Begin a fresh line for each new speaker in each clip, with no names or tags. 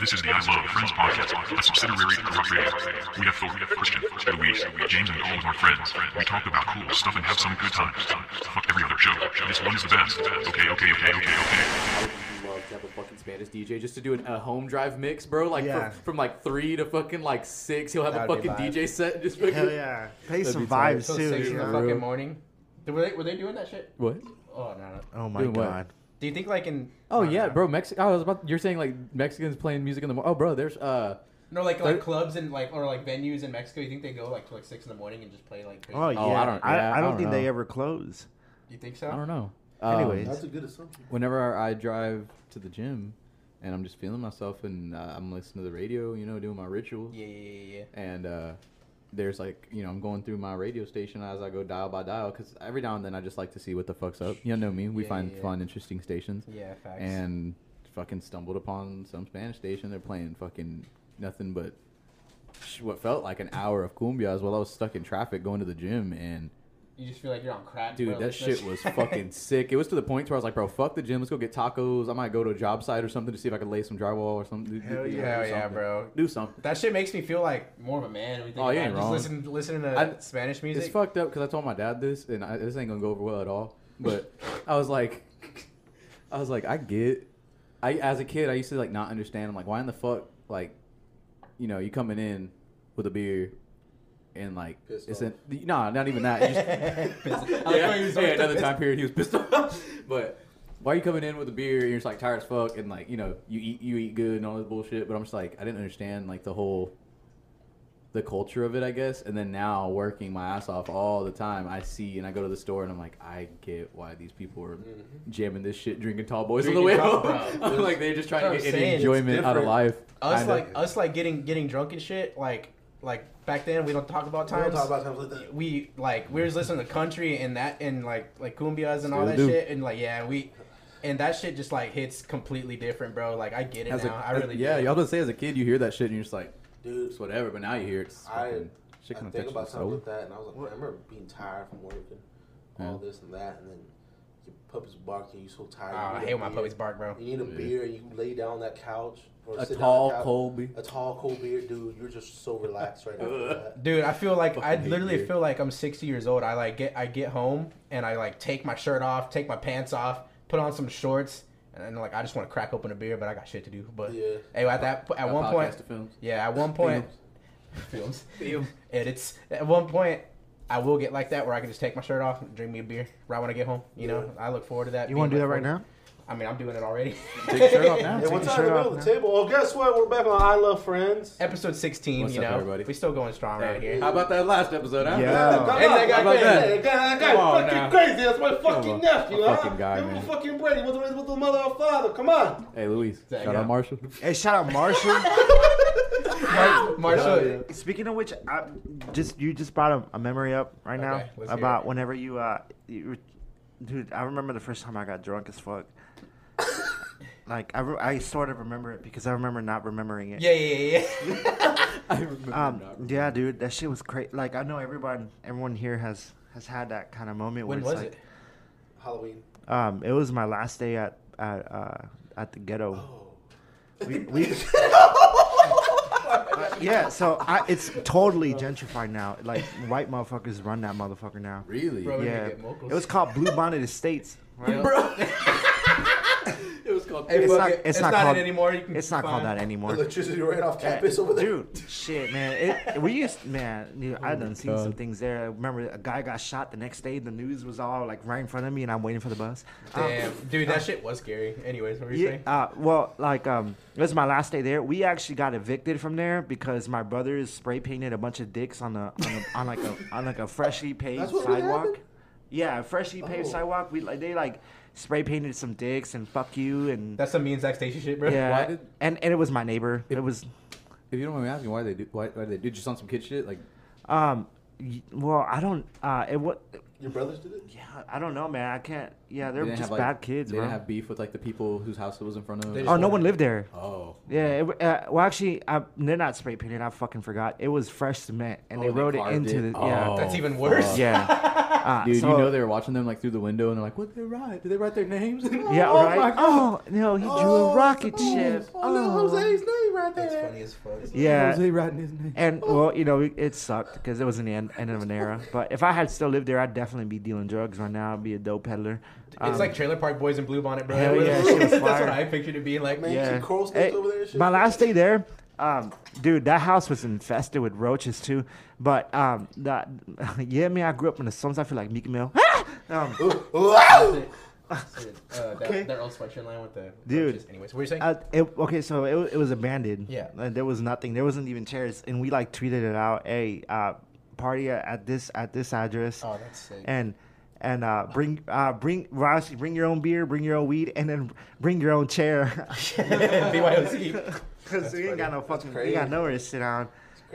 This is the Unload Friends podcast, a subsidiary of Rock Radio. We have Thor, Christian, Luis, James, and all of our friends. We talk about cool stuff and have some good times. Fuck every other show. This one is the best. Okay, okay, okay, okay, okay.
I would love to have a uh, fucking Spanish DJ just to do an, a home drive mix, bro. Like
Yeah.
from, from like three to fucking like six, he'll have a
That'd be
fucking
live.
DJ set. and Just fucking,
Hell yeah. Play some
be tight.
vibes
Till
too.
six in
you
the
know?
fucking
Real-
morning. Did, were, they, were they doing that shit?
What?
Oh no, no.
Oh my
Doing what?
god.
Do you think like in
Oh
I don't
yeah,
know.
bro. Mexico. I was about. You're saying like Mexicans playing music in the morning. Oh, bro. There's uh.
No, like
Thir-
like clubs and like or like venues in Mexico. You think they go like to like six in the morning and just play like? Crazy?
Oh yeah.
I don't-
I,
yeah,
I
I
don't
don't
think they
know.
ever close.
you think so?
I don't know. Um,
Anyways.
That's a good assumption.
whenever I drive to the gym, and I'm just feeling myself, and uh, I'm listening to the radio, you know, doing my rituals.
Yeah, yeah, yeah, yeah.
and uh, there's like you know I'm going through my radio station as I go dial by dial because every now and then I just like to see what the fuck's up. You know me, we
Yeah,
find
yeah, yeah.
fun, interesting stations,
yeah. Yeah, facts.
and fucking stumbled upon some Spanish station. They're playing fucking nothing but sh- what felt like an hour of cumbias while I was stuck in traffic going to the gym and.
you just feel like you're on crack,
Dude,
bro,
that
listening to
shit was fucking sick. It was to the point where I was like, bro, fuck the gym. Let's go get tacos. I might go to a job site or something to see if I could lay some drywall or something.
Hell
Do- do- do
yeah, yeah,
something.
bro.
Do something.
That shit makes me feel like more of a man. when you think
Oh, you
about it.
ain't
just
wrong.
listen, listening to
I-
Spanish music.
It's fucked up because I told my dad this, and I, this ain't gonna go over well at all. But I was like, I was like, I get. I as a kid, I used to like not understand. I'm like, why in the fuck, like, you know, you coming in with a beer, and like,
Pissed
it's
off.
an, nah, not even that. It's just-
Pissed- I like how
yeah,
he was
yeah,
like the
another
pissed-
time period, he was pissed off. but why are you coming in with a beer and you're just like tired as fuck and like you know you eat you eat good and all this bullshit? But I'm just like I didn't understand like the whole the culture of it, I guess. And then now working my ass off all the time, I see and I go to the store and I'm like I get why these people are jamming this shit, drinking tall boys on the way
Mm-hmm. Drinking
home.
Tall Boys.
I'm like they're just trying
That's
to
what
get
I'm saying,
any
it's
enjoyment out of
different.
life.
us
Kinda.
like us like getting getting drunk and shit. Like like back then, we don't talk about
We
times.
don't talk about times like that.
we like we were just listening to country and that and like like cumbias and all
Still
that
do.
shit and like yeah we and that shit just like hits completely different bro like i get it
As a-
now I
as-
really
yeah,
do.
y'all just say as a kid you hear that shit and you're just like
Dude,
it's whatever, but now you hear it's
I,
fucking shit
I
kinda
think
touches
about
the
something
soul.
like that, and I was like, man, I remember being tired from working, all
Yeah.
this and that, and then your puppy's barking, you so tired.
oh,
you
i
need a
hate when my
beer.
puppies bark bro
You need a
Yeah.
beer, and you lay down on that couch or
a
sit down on
tall
the couch.
Colby.
A tall cold beer, dude. You're just so relaxed right after that.
dude i feel like i
Fucking hate
literally
beer.
feel like i'm 60 years old i like get i get home and i like take my shirt off take my pants off put on some shorts and then like i just want to crack open a beer but i got shit to do but
Yeah.
anyway at that po- at
A
one point
podcast to films.
Yeah, at one point, films, edits. At one point, I will get like that where I can just take my shirt off and drink me a beer right when I get home. You know, I look forward to that.
You
being
want to do that
like
right now?
forward- I mean, I'm doing it already.
Take your shirt off now.
And
Take
one
your
time in
shirt
the
off
middle of the
now.
table. Oh, guess what? We're back on I Love Friends.
Episode 16.
What's
you know,
up, everybody?
we still going strong right here.
How about that last episode? Huh?
Yeah.
Yeah, come
And
on,
that guy
how about
crazy.
that? That guy- that
Come
guy
on
fucking
now.
crazy. That's my
Come
fucking
on.
nephew,
My
huh?
fucking guy,
Give him
man.
fucking Brady. What's raised with the mother of father? Come on.
Hey, Luis.
There you
Shout
go.
out Marshall.
Hey, shout out Marshall.
Mar- Marshall?
Speaking of which, I just you just brought a, a memory up right now
Okay, let's hear
about
it.
whenever you uh, you, were- dude. I remember the first time I got drunk as fuck. like I, re- I sort of remember it because I remember not remembering it.
Yeah, yeah, yeah. yeah.
I remember.
Um. Yeah, dude, that shit was crazy. Like I know everyone, everyone here has has had that kind of moment.
when
where
was
it's like,
it?
Halloween.
Um, it was my last day at at uh, at the ghetto.
Oh.
We, we, Uh, yeah, so I, it's totally gentrified now. Like white motherfuckers run that motherfucker now.
Really?
Bro,
Yeah,
get mochas.
it was called Blue Bonnet Estates. Right?
Bro. it was called.
Hey,
It's
fuck
not-
it.
it's not called-
it anymore. You can
It's not called
find-
that anymore.
Electricity right off campus over there.
Dude, shit, man. It, we used, man, dude, I done seen some
God.
things there. I remember a guy got shot the next day. The news was all like right in front of me, and I'm waiting for the bus. Um,
Damn, dude, that shit was scary. Anyways, what were you
Yeah.
saying?
Uh, well, like um, it was my last day there. We actually got evicted from there because my brothers spray painted a bunch of dicks on the on, a, on like a on like a freshly paved
That's what really
sidewalk.
happened?
Yeah, a freshly paved
Oh.
sidewalk. We like they like spray painted some dicks and fuck you and
That's some me and Zach Station shit, bro.
yeah.
Why did-
and and it was my neighbor. It, was
If you don't mind me asking, why they do? Why, why they do just on some kid shit? Like,
um, y- well, I don't uh, it what
Your brothers did it?
yeah, I don't know, man. I can't. Yeah, they're
they didn't have,
just
like,
bad kids,
They
bro.
didn't have beef with like the people whose house it was in front of.
They
oh,
Them.
no one lived there.
Oh.
Yeah, it, uh, well, actually, I, they're not spray painted. I fucking forgot. It was fresh cement, and
Oh,
they
they
wrote it
carved
into
it.
the yeah,
That's
Oh,
even worse.
fuck.
yeah. Uh,
Dude,
so-
you know they were watching them like through the window, and they're like, "What they write? Did they write their names?"
yeah,
oh
right.
My God.
Oh no, he drew a rocket ship. Oh,
name
right there. That's funny as fuck.
Yeah.
Jose writing his name.
And well, you know, it sucked because it was an end, end of an era. But if I had still lived there, I'd definitely be dealing drugs right now. I'd be a dope peddler. Um,
It's like Trailer Park Boys and Blue Bonnet, bro.
Hell yeah, shit was
That's
fire.
what I pictured it being like.
Man,
Yeah.
see coral
Hey,
snakes over there and shit.
my last day there, um, dude, that house was infested with roaches too. But um, that yeah, man, I grew up in the slums. I feel like Meek Mill. um,
That's
Wow!
it. That's it. Uh, that, that old sweatshirt line with the
Dude.
roaches. Anyways, what were you saying?
Uh, it, okay, so it, wa- it was abandoned.
Yeah.
Like, there was nothing. There wasn't even chairs, and we like tweeted it out. Hey, uh, party at- at this at this address.
Oh, that's sick.
And and uh, bring uh, bring well, obviously bring your own beer, bring your own weed, and then bring your own chair.
BYOC.
Cause we ain't got no fucking, we got
crazy.
nowhere to sit down,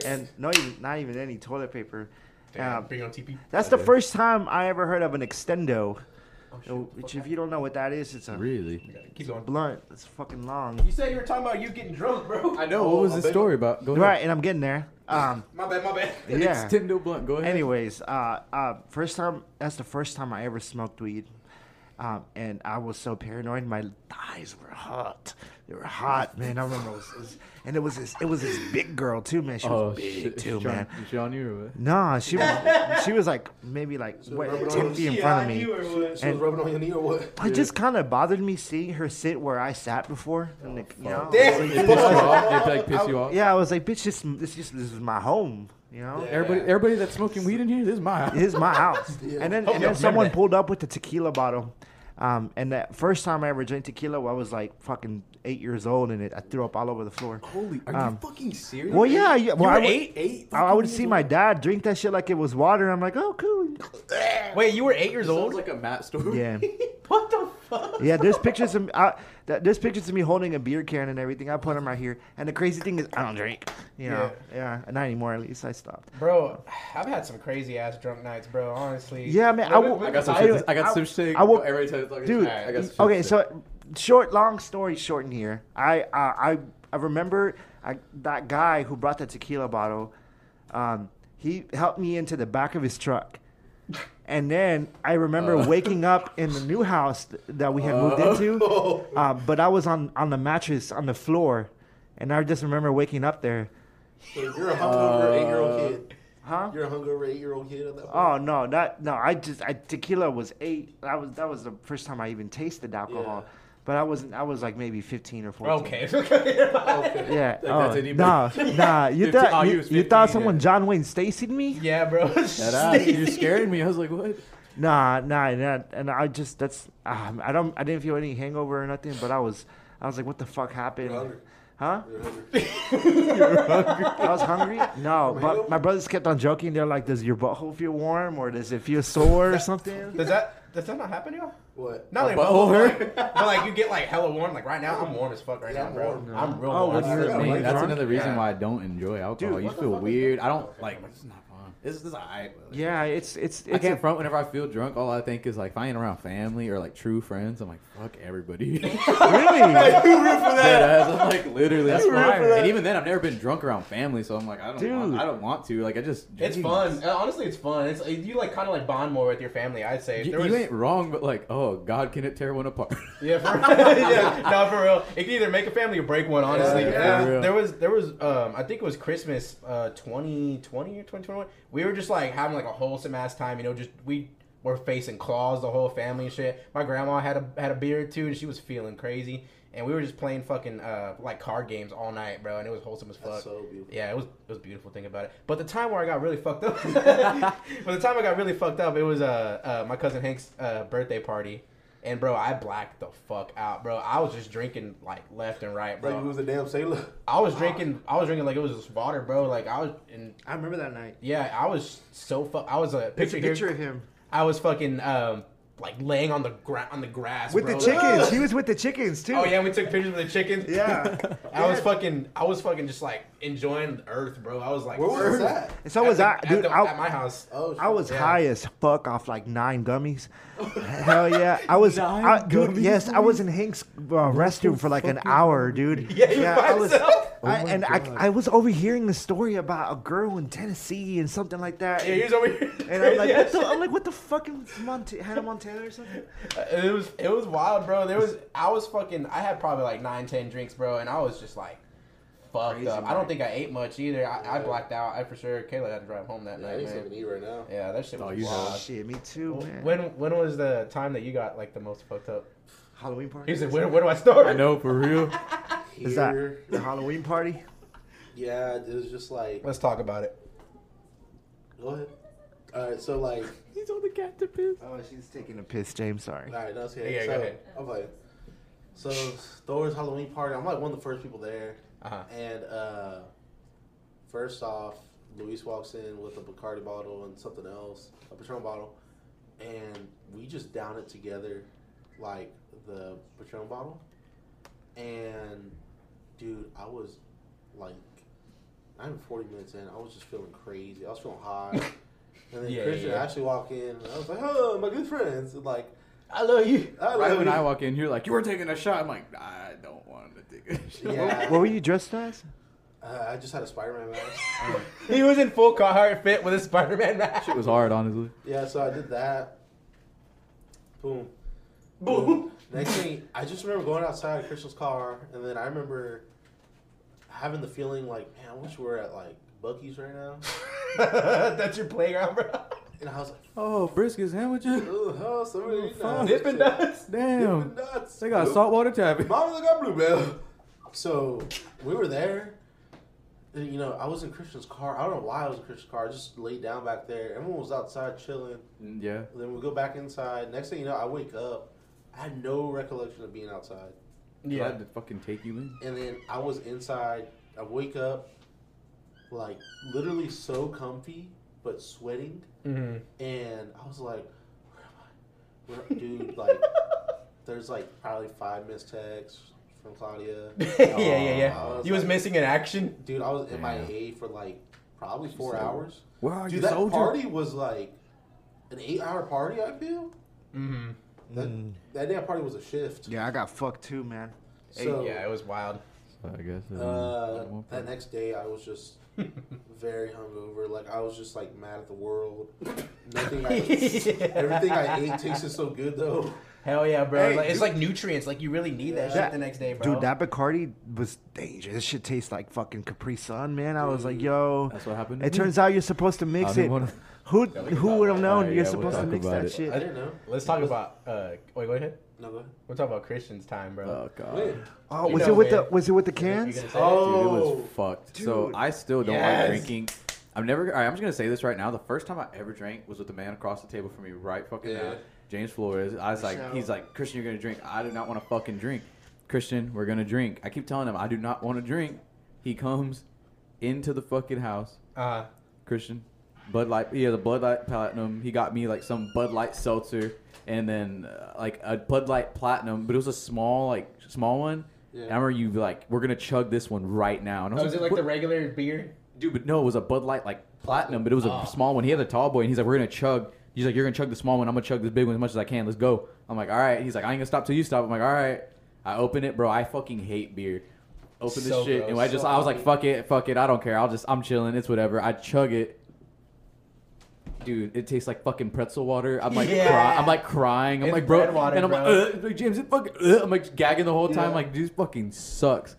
and no, even not even any toilet paper.
Damn,
Uh,
bring on TP.
that's the first time I ever heard of an extendo.
Oh, shit.
uh, Which, if you don't know what that is, it's a
Really?
Keep going.
blunt. It's fucking long.
You said you were talking about you getting drunk, bro.
I know.
Oh,
what was
I
the
bet-
story about? Go ahead.
Right, and I'm getting there. Um,
My bad, my bad.
yeah.
Extendo blunt. Go ahead.
Anyways, uh, uh, first time. That's the first time I ever smoked weed, um, and I was so paranoid. My thighs were hot. They were hot, man. I remember. It was, it was- and it was this. It was this big girl too, man. She was
Oh
big
shit.
too,
Sean,
man.
Sean, you or what?
Nah, she was. she was like maybe like
remember
what, ten
those-
feet in front of me.
She was rubbing on your knee or what?
It just kind of bothered me seeing her sit where I sat before. and like, you know,
Oh, Damn.
It pissed you off. It like piss you off.
yeah, I was like, bitch, this this just this is my home. You know.
Everybody, everybody that's smoking weed in here, this is my house.
It is my house. And then, and
y'all
then someone
remember that.
pulled up with the tequila bottle. Um, and that first time I ever drank tequila, I was like fucking eight years old, and it, I threw up all over the floor.
Holy, are
Um,
you fucking serious?
Well, yeah, yeah well, I would,
eight.
I, I would see my dad drink that shit like it was water. I'm like, oh, cool.
Wait, you were eight years
Sounds
old?
like a Matt story.
Yeah,
what the fuck?
yeah. There's pictures of I, that, there's pictures of me holding a beer can and everything. I put them right here. And the crazy thing is, I don't drink. You know, yeah, not anymore. At least I stopped.
Bro, I've had some crazy ass drunk nights, bro. Honestly.
Yeah, man, I will-
I got some
I-
shit. I got
I-
some shit.
I will-
Everybody tell- like,
dude.
I got some shit
okay,
to say.
so short, long story short in here. I I I, I remember I, that guy who brought the tequila bottle. Um, he helped me into the back of his truck, and then I remember waking up in the new house th- that we had moved into. Uh, but I was on on the mattress on the floor, and I just remember waking up there.
So you're a hungover eight-year-old kid.
Huh?
You're a hungover eight-year-old kid at that point.
Oh no, not no. I just I, tequila was eight. That was that was the first time I even tasted alcohol.
Yeah.
But I wasn't. I was like maybe fifteen or fourteen.
Okay. okay.
Yeah.
Like,
oh,
that's anybody.
nah, nah. You
15
thought
oh, you
you,
was
you thought
15,
someone
yeah.
John Wayne Stacy'd me?
Yeah, bro.
Shut up. You're scaring me. I was like, what?
Nah, nah, nah. And I just that's ah, I don't I didn't feel any hangover or nothing. But I was I was like, what the fuck happened?
You're hungry.
Huh?
You're hungry.
I was hungry. No, but my brothers kept on joking. They're like, does your butthole feel warm or does it feel sore or something?
Does that does that not happen to y'all?
What?
Not like
butthole
warm, but like you get like hella warm. Like right now, I'm warm as fuck right
Yeah,
now,
I'm
bro.
warm.
I'm real
Oh,
warm.
when you're-
Yeah,
Man,
like
that's
drunk?
another reason
Yeah.
why I don't enjoy alcohol.
Dude,
you
what
just feel weird. I don't like. It's not fun. It's, it's alright.
Yeah, it's it's
I
it's
can't front whenever I feel drunk. All I think is like, if I ain't around family or like true friends, I'm like, fuck everybody.
really.
Dead ass. I'm like, literally. That's
You remember
why.
that?
And even then, I've never been drunk around family, so I'm like, I don't, want,
Dude.
I don't want to. Like, I just.
It's
Jeez.
fun. Uh, Honestly, it's fun. It's you like kind of like bond more with your family. I'd say. If
You,
there
you
was-
ain't wrong, but like, oh God, can it tear one apart?
Yeah, for real. yeah, no, for real. It can either make a family or break one. Honestly,
Yeah,
yeah. For real.
there was there was um I think it was Christmas uh 2020 or 2021. We were just like having like a wholesome ass time, you know. Just we were facing claws, the whole family and shit. My grandma had a had a beer or two, and she was feeling crazy. And we were just playing fucking uh like card games all night, bro. And it was wholesome as fuck.
That's so beautiful.
Yeah, it was it was a beautiful thing about it. But the time where I got really fucked up, but the time I got really fucked up, it was uh, uh my cousin Hank's uh, birthday party, and bro, I blacked the fuck out, bro. I was just drinking like left and right,
Like you
bro.
was a damn sailor.
I was drinking, I was drinking like it was just water, bro. Like I was, and
I remember that night.
yeah, I was so fuck. I was a
It's
picture,
a
here-
picture of him
I was fucking um like laying on the ground on the grass
with
bro.
the chickens. He was with the chickens too.
Oh yeah, we took pictures of the chickens.
Yeah.
I was
Yeah.
fucking, I was fucking just like enjoying the earth, bro. I was like,
Where was that?
And so was
at
I,
the-
dude.
At, the-
I,
at my house.
Oh, shit.
I was
Yeah.
high as fuck off like nine gummies. Hell yeah, I was.
Nine
I, dude,
gummies,
yes, I was in Hank's uh, restroom for like an hour, dude.
Yeah, you by
I was.
yourself?
I,
Oh my
and I,
God.
I was overhearing a story about a girl in Tennessee and something like that.
Yeah, he was over here.
and I'm like,
Yeah,
what the, I'm like, what the fuck, is Mont- Hannah Montana or something?
it was it was wild, bro. There was I was fucking. I had probably like nine, ten drinks, bro, and I was just like, fucked
Crazy,
up. I don't
man.
think I ate much either. I, I
Yeah.
blacked out. I for sure. Kayla had to drive home that
Yeah, I
night,
need something
man.
to eat right now.
Yeah, that shit
Oh,
was
you
wild.
had-
Shit, me too, man.
When when was the time that you got like the most fucked up?
Halloween party?
He said, "Where where do I start?"
I know for real.
Is that
Here,
the Halloween party?
yeah, it was just like,
Let's talk about it.
go ahead. All right, so like,
He's on the cat to piss.
Oh, she's taking a piss, James. Sorry.
all right, that's okay.
Yeah,
so,
go ahead.
I'm like, so Thor's Halloween party. I'm like one of the first people there,
Uh huh.
and uh first off, Luis walks in with a Bacardi bottle and something else, a Patron bottle, and we just down it together, like the Patron bottle, and dude, I was like, I'm 40 minutes in, I was just feeling crazy. I was feeling high. And then
Yeah,
Christian
yeah, yeah.
actually walked in, and I was like, "Oh, my good friends!" And like,
I love you.
I
Right
love
when
you.
I walk in, you're like, you were taking a shot. I'm like, I don't want to take a shot.
Yeah.
What were you dressed as?
Uh, I just had a Spider-Man mask.
He was in full Carhartt fit with a Spider Man mask.
It was hard, honestly.
Yeah, so I did that. Boom. Boom. Next thing, I just remember going outside of Crystal's car, and then I remember having the feeling like, man, I wish we were at like Bucky's right now.
That's your playground, bro.
And I was like,
Oh, brisket sandwiches.
oh, hell, somebody eat that.
Dippin' Dots.
Dippin'
Damn.
Dots.
They got
Blue-
saltwater taffy.
Mama, they got bluebell. So we were there. And, you know, I was in Christian's car. I don't know why I was in Christian's car. I just laid down back there. Everyone was outside chilling.
Yeah.
Then we go back inside. Next thing you know, I wake up. I had no recollection of being outside.
Yeah. Glad to fucking take you in.
And then I was inside. I wake up, like literally so comfy, but sweating.
Mm-hmm.
And I was like, "Where am I, Where, dude?" Like, there's like probably five missed texts from Claudia.
yeah, yeah,
I
yeah. You Oh, was
like-
missing in action.
Dude, I was in my
Yeah.
A for like probably four hours.
Where are
Dude, that party was like an eight-hour party. I feel
Mm-hmm.
that
Mm.
that damn party was a shift.
Yeah, I got fucked too, man.
So
yeah, it was wild.
I guess. uh,
Uh,
one
that
point.
next day, I was just very hungover. Like I was just like mad at the world. Nothing. I, everything I ate tasted so good though.
Hell yeah, bro.
Hey,
like, it's
dude.
like nutrients. Like you really need that,
That-
shit the next day, bro.
Dude, that Bacardi was dangerous. This shit tastes like fucking Capri Sun, man. I was like, yo.
That's what happened to
It
me.
turns out you're supposed to mix
I didn't
it.
wanna-
Who
we can
who
talk
would have
about
known
that.
you're
Yeah, we'll
supposed to
talk
mix
about
that
it.
I
shit?
didn't know.
Let's talk about. Uh, wait, go ahead.
No go ahead.
We're talking about Christian's time, bro.
Oh god.
Wait.
Oh,
You
was
know,
it with
man.
the was it with the
You're gonna
cans?
say it?
Oh.
Dude, it was fucked. So
Dude.
I still don't
Yes.
like drinking. I'm never. all right, I'm just gonna say this right now. The first time I ever drank was with the man across the table from me, right fucking
Yeah.
now, James Flores. I was like,
Shout
he's
out.
like, Christian, you're gonna drink. I do not want to fucking drink. Christian, we're gonna drink. I keep telling him I do not want to drink. He comes into the fucking house.
Uh,
Christian. Bud Light, yeah, the Bud Light Platinum. He got me like some Bud Light Seltzer, and then uh, like a Bud Light Platinum, but it was a small, like small one.
Yeah.
And I remember you like, we're gonna chug this one right now. And I
oh, is it like
"What?"
the regular beer?
dude? But no, it was a Bud Light like Platinum, but it was a
Oh.
small one. He had a tall boy, and he's like, we're gonna chug. He's like, you're gonna chug the small one. I'm gonna chug this big one as much as I can. Let's go. I'm like, all right. He's like, I ain't gonna stop till you stop. I'm like, all right. I open it, bro. I fucking hate beer. Open this
So
shit,
gross.
and I just,
So
I was like,
funny.
fuck it, fuck it. I don't care. I'll just, I'm chilling. It's whatever. I chug it. Dude, it tastes like fucking pretzel water. I'm like,
Yeah.
cry, I'm like crying. I'm
It's
like, bro,
bread water,
and I'm
bro.
like, "Ugh." like, James, it fucking. Ugh. I'm like gagging the whole time.
Yeah.
Like, dude, this fucking sucks.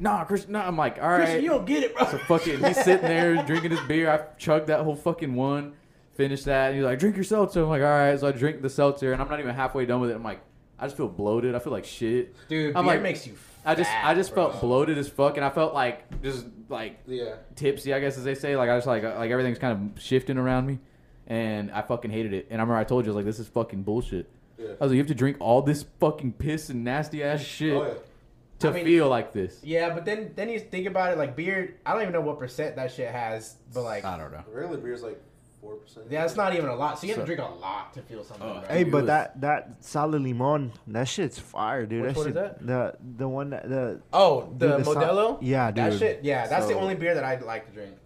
Nah, Chris. Nah, I'm like, all right.
Christian, you don't get it, bro.
So fuck it. He's sitting there drinking his beer. I chugged that whole fucking one, finished that, and he's like, drink your seltzer. I'm like, all right. So I drink the seltzer, and I'm not even halfway done with it. I'm like, I just feel bloated. I feel like shit.
Dude,
I'm
beer
like-
makes you.
I just
fat,
I just
bro.
felt bloated as fuck, and I felt like just like
Yeah.
tipsy, I guess as they say. Like I was like like everything's kind of shifting around me, and I fucking hated it. And I remember I told you I was like, this is fucking bullshit. I
Yeah.
was like, you have to drink all this fucking piss and nasty ass shit
Oh yeah.
to
I mean-
feel like this.
Yeah, but then then you think about it, like beer. I don't even know what percent that shit has, but like
I don't know.
Regular beer's like four percent.
that's not even a lot. So you
So-
have to drink a lot to feel something.
Oh,
bro.
Hey,
It
but
was-
that that solid limon, that shit's fire, dude.
Which
that
one
shit,
is that?
The the one that the
Oh,
Dude,
the
the so-
Modelo.
Yeah,
That
dude.
shit. Yeah, that's the
So-
only beer that I'd like to drink.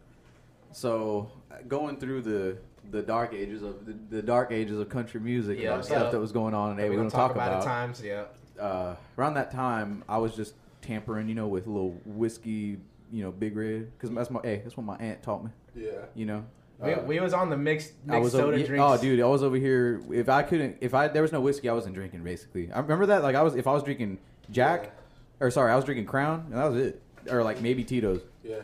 So going through the the dark ages of the, the dark ages of country music
Yeah,
and all the
yeah.
stuff that was going on, and hey,
We're
we're
gonna
gonna
talk, about, it. Times. Yeah.
uh, around that time, I was just tampering, you know, with a little whiskey, you know, Big Red, because that's my hey, that's what my aunt taught me,
Yeah.
you know.
We,
Uh,
we was on the mixed, mixed
I was
soda
over, yeah,
drinks.
oh dude, I was over here. If I couldn't, if I there was no whiskey, I wasn't drinking. Basically, I remember that like I was if I was drinking Jack,
Yeah.
or sorry, I was drinking Crown, and that was it. or like maybe Tito's.
Yeah.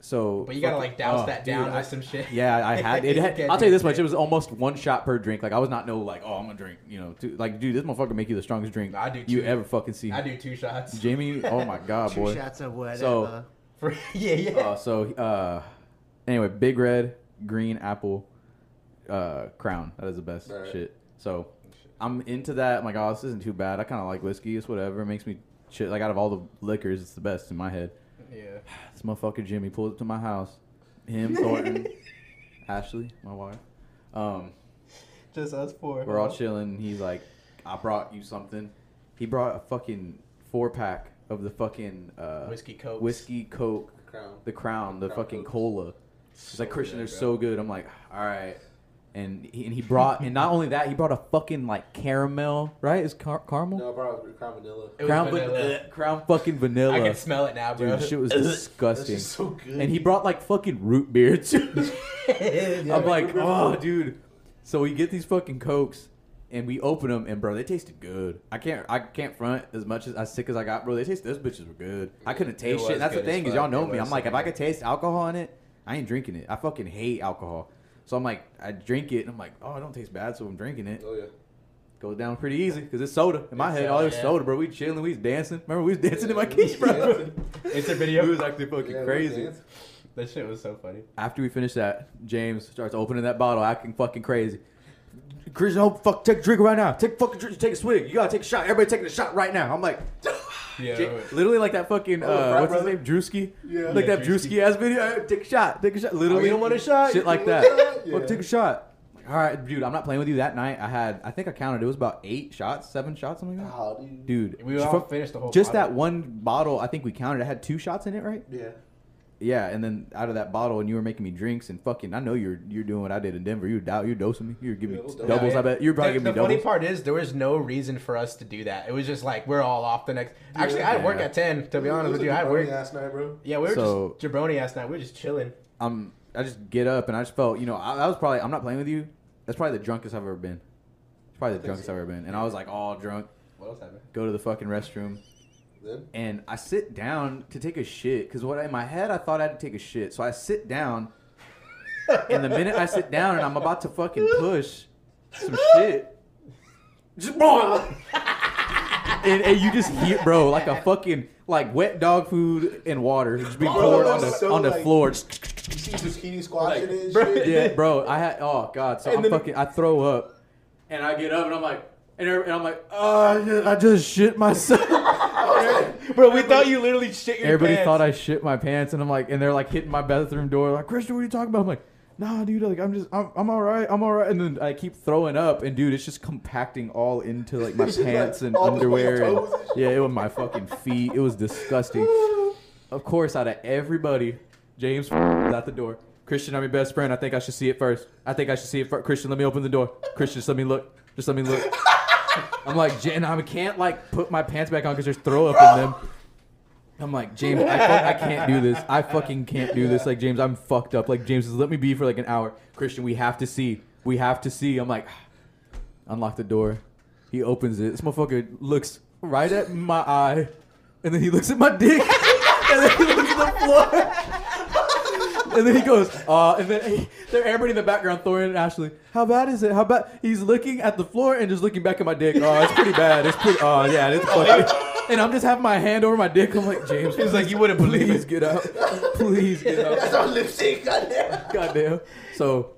So,
But you gotta,
fucking-
like, douse that
Oh, dude,
down
I-
with some shit.
Yeah, I had it. Had,
Can't
I'll tell you
do
this much:
shit.
it was almost one shot per drink. Like I was not no like, oh, I'm gonna drink. You know, two, like dude, this motherfucker make you the strongest drink
I do
you
too.
ever fucking see.
I do two shots.
Jamie, oh my god,
Two
boy.
shots of whatever.
So-
For, yeah, yeah.
Uh, so uh, anyway, big red, green apple, uh, crown. That is the best
Alright.
shit. So I'm into that. I'm like, oh, this isn't too bad. I kind of like whiskey. It's whatever. It makes me shit. Like out of all the liquors, it's the best in my head.
yeah.
This motherfucker Jimmy pulled up to my house. Him, Thornton, Ashley, my wife. Um,
Just us four.
we're all chilling. He's like, I brought you something. He brought a fucking four pack of the fucking uh,
Whiskey Cokes.
whiskey coke,
Crown.
the crown, the
Crown
fucking
Cokes.
cola. He's like,
So
Christian,
good,
they're
bro.
so good. I'm like, all right. And he, and he brought, and not only that, he brought a fucking like caramel, right? Is car- caramel?
No, probably crown vanilla.
It was
Crown, van-
vanilla.
uh, crown fucking vanilla.
I can smell it now, bro.
Dude, shit was
That's
disgusting.
just so good.
And he brought like fucking root beer too.
Yeah.
I'm like, oh, dude. So we get these fucking cokes and we open them, and bro, they tasted good. I can't, I can't front as much as as sick as I got, bro. They taste those bitches were good. I couldn't taste
was
shit. That's the
good as
thing is
fuck.
y'all know
It
me.
was
I'm like, if
good.
I could taste alcohol in it, I ain't drinking it. I fucking hate alcohol. So I'm like, I drink it, and I'm like, oh, it don't taste bad, so I'm drinking it.
Oh yeah.
Goes down pretty easy because it's soda. In my
It's
head,
soda,
all this
yeah.
soda, bro. We chilling, we was dancing. Remember, we was dancing in my kitchen, bro.
it's a
It
video.
was actually fucking
Yeah,
crazy.
dance.
that shit was so funny.
After we finish that, James starts opening that bottle, acting fucking crazy. Christian, oh, fuck, take a drink right now. Take a fucking drink, take a swig. You gotta take a shot. Everybody taking a shot right now. I'm like,
Yeah.
Ja-
wait.
literally like that fucking
the
uh,
frat
what's his
brother?
name, Drewski.
Yeah.
like
Yeah,
that
Drewski.
Drewski ass video. "Hey, Take a shot, take a shot. Literally,
you don't want a shot?
Shit
You
like
want
that.
a shot?
Well,
Yeah.
take a shot. All right, dude, I'm not playing with you. That night, I had, I think I counted, it was about eight shots, seven shots, something like that.
How do you?
Dude,
We all finished the whole
Just
bottle.
that one bottle, I think we counted. It had two shots in it, right?
Yeah.
Yeah, and then out of that bottle, and you were making me drinks and fucking. I know you're you're doing what I did in Denver. You doubt you're dosing me. You're giving
Yeah,
me
we'll dose.
doubles.
Yeah,
I bet you're probably
the,
giving me
the funny
doubles.
part is there was no reason for us to do that. It was just like we're all off the next. Actually, I had work
Yeah.
at ten. To be
It was
honest with
a
you, I had
jabroni
work.
last night, bro.
Yeah, we were
So-
just jabroni ass night. We were just chilling.
I'm. I just get up and I just felt. You know, I, I was probably. I'm not playing with you. That's probably the drunkest I've ever been. It's probably the drunkest I've ever been. And I was like all drunk.
What else happened?
Go to the fucking restroom.
Then
and I sit down to take a shit because what in my head I thought I had to take a shit, so I sit down, and the minute I sit down and I'm about to fucking push some shit, just bro, and, and you just hear bro like a fucking like wet dog food and water just be poured on the
So,
on the
like-
floor.
you see zucchini squash it and
bro,
shit.
yeah, bro, I had oh god, so
And
I'm
then-
fucking I throw up, and I get up and I'm like. And every- and I'm like, oh, I just- I just shit myself.
Bro, we thought you literally shit your
Everybody thought I shit my pants, and I'm like, and they're like hitting my bathroom door, like Christian, what are you talking about? I'm like, nah, dude, like I'm just, I'm, I'm all right, I'm all right, and then I keep throwing up, and dude, it's just compacting all into like my
It's just, like,
pants and
all between your
underwear, and,
toes and shit.
yeah, it was my fucking feet. It was disgusting. Of course, out of everybody, James was out the door. Christian, I'm your best friend. I think I should see it first. I think I should see it first. Christian, let me open the door. Christian, just let me look. Just let me look. I'm like, "Ja- and I can't like put my pants back on because there's throw up in them. I'm like, James, I, fuck, I can't do this. I fucking can't do this. Like, James, I'm fucked up. Like, James, says, let me be for like an hour. Christian, we have to see. We have to see. I'm like, unlock the door. He opens it. This motherfucker looks right at my eye, and then he looks at my dick, and then he looks at the floor. And then he goes, uh, and then he, they're everybody in the background, Thorin and Ashley. How bad is it? How bad? He's looking at the floor and just looking back at my dick. Oh, it's pretty bad. It's pretty. Oh, yeah, it's fucking. And I'm just having my hand over my dick. I'm like, James,
He's like, you wouldn't believe
please
it.
get out. Please get out.
That's our lipstick. Goddamn.
Goddamn. So,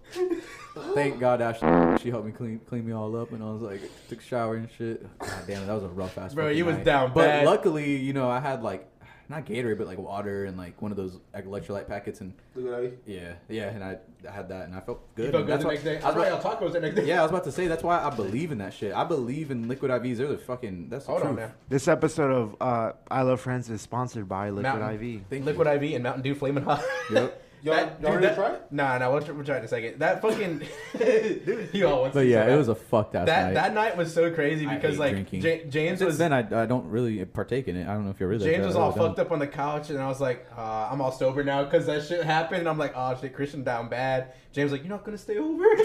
thank God Ashley, she helped me clean clean me all up, and I was like, took a shower and shit. God damn, that was a rough ass.
Bro,
fucking
you was
night.
down
But
bad.
luckily, you know, I had like not Gatorade, but like water and like one of those electrolyte packets, and
Look what I mean.
yeah, yeah, and I, I had that, and I felt good.
You felt
and
good
that's
the
why-
next day.
I was
I
about-
was tacos the next day.
yeah, I was about to say that's why I believe in that shit. I believe in liquid IVs. They're the fucking that's the
Hold
truth.
on now.
this episode of uh, I Love Friends is sponsored by Liquid
Mountain.
IV.
Thank
Liquid IV and Mountain Dew Flaming Hot.
Yep.
Y'all-
that,
y'all
dude,
ready
that-
to try it?
Nah, nah, we'll, tr- we'll try it in a second. That fucking. dude, you all wants
But
to
yeah,
try
it was a fucked out
that
night.
that night was so crazy because
hate
like
drinking.
J- James
Since
was
then, I, I don't really partake in it. I don't know if you're really.
James was all fucked up on the couch, and I was like, uh, I'm all sober now because that shit happened. And I'm like, oh shit, Christian down bad. James like, you're not gonna stay over.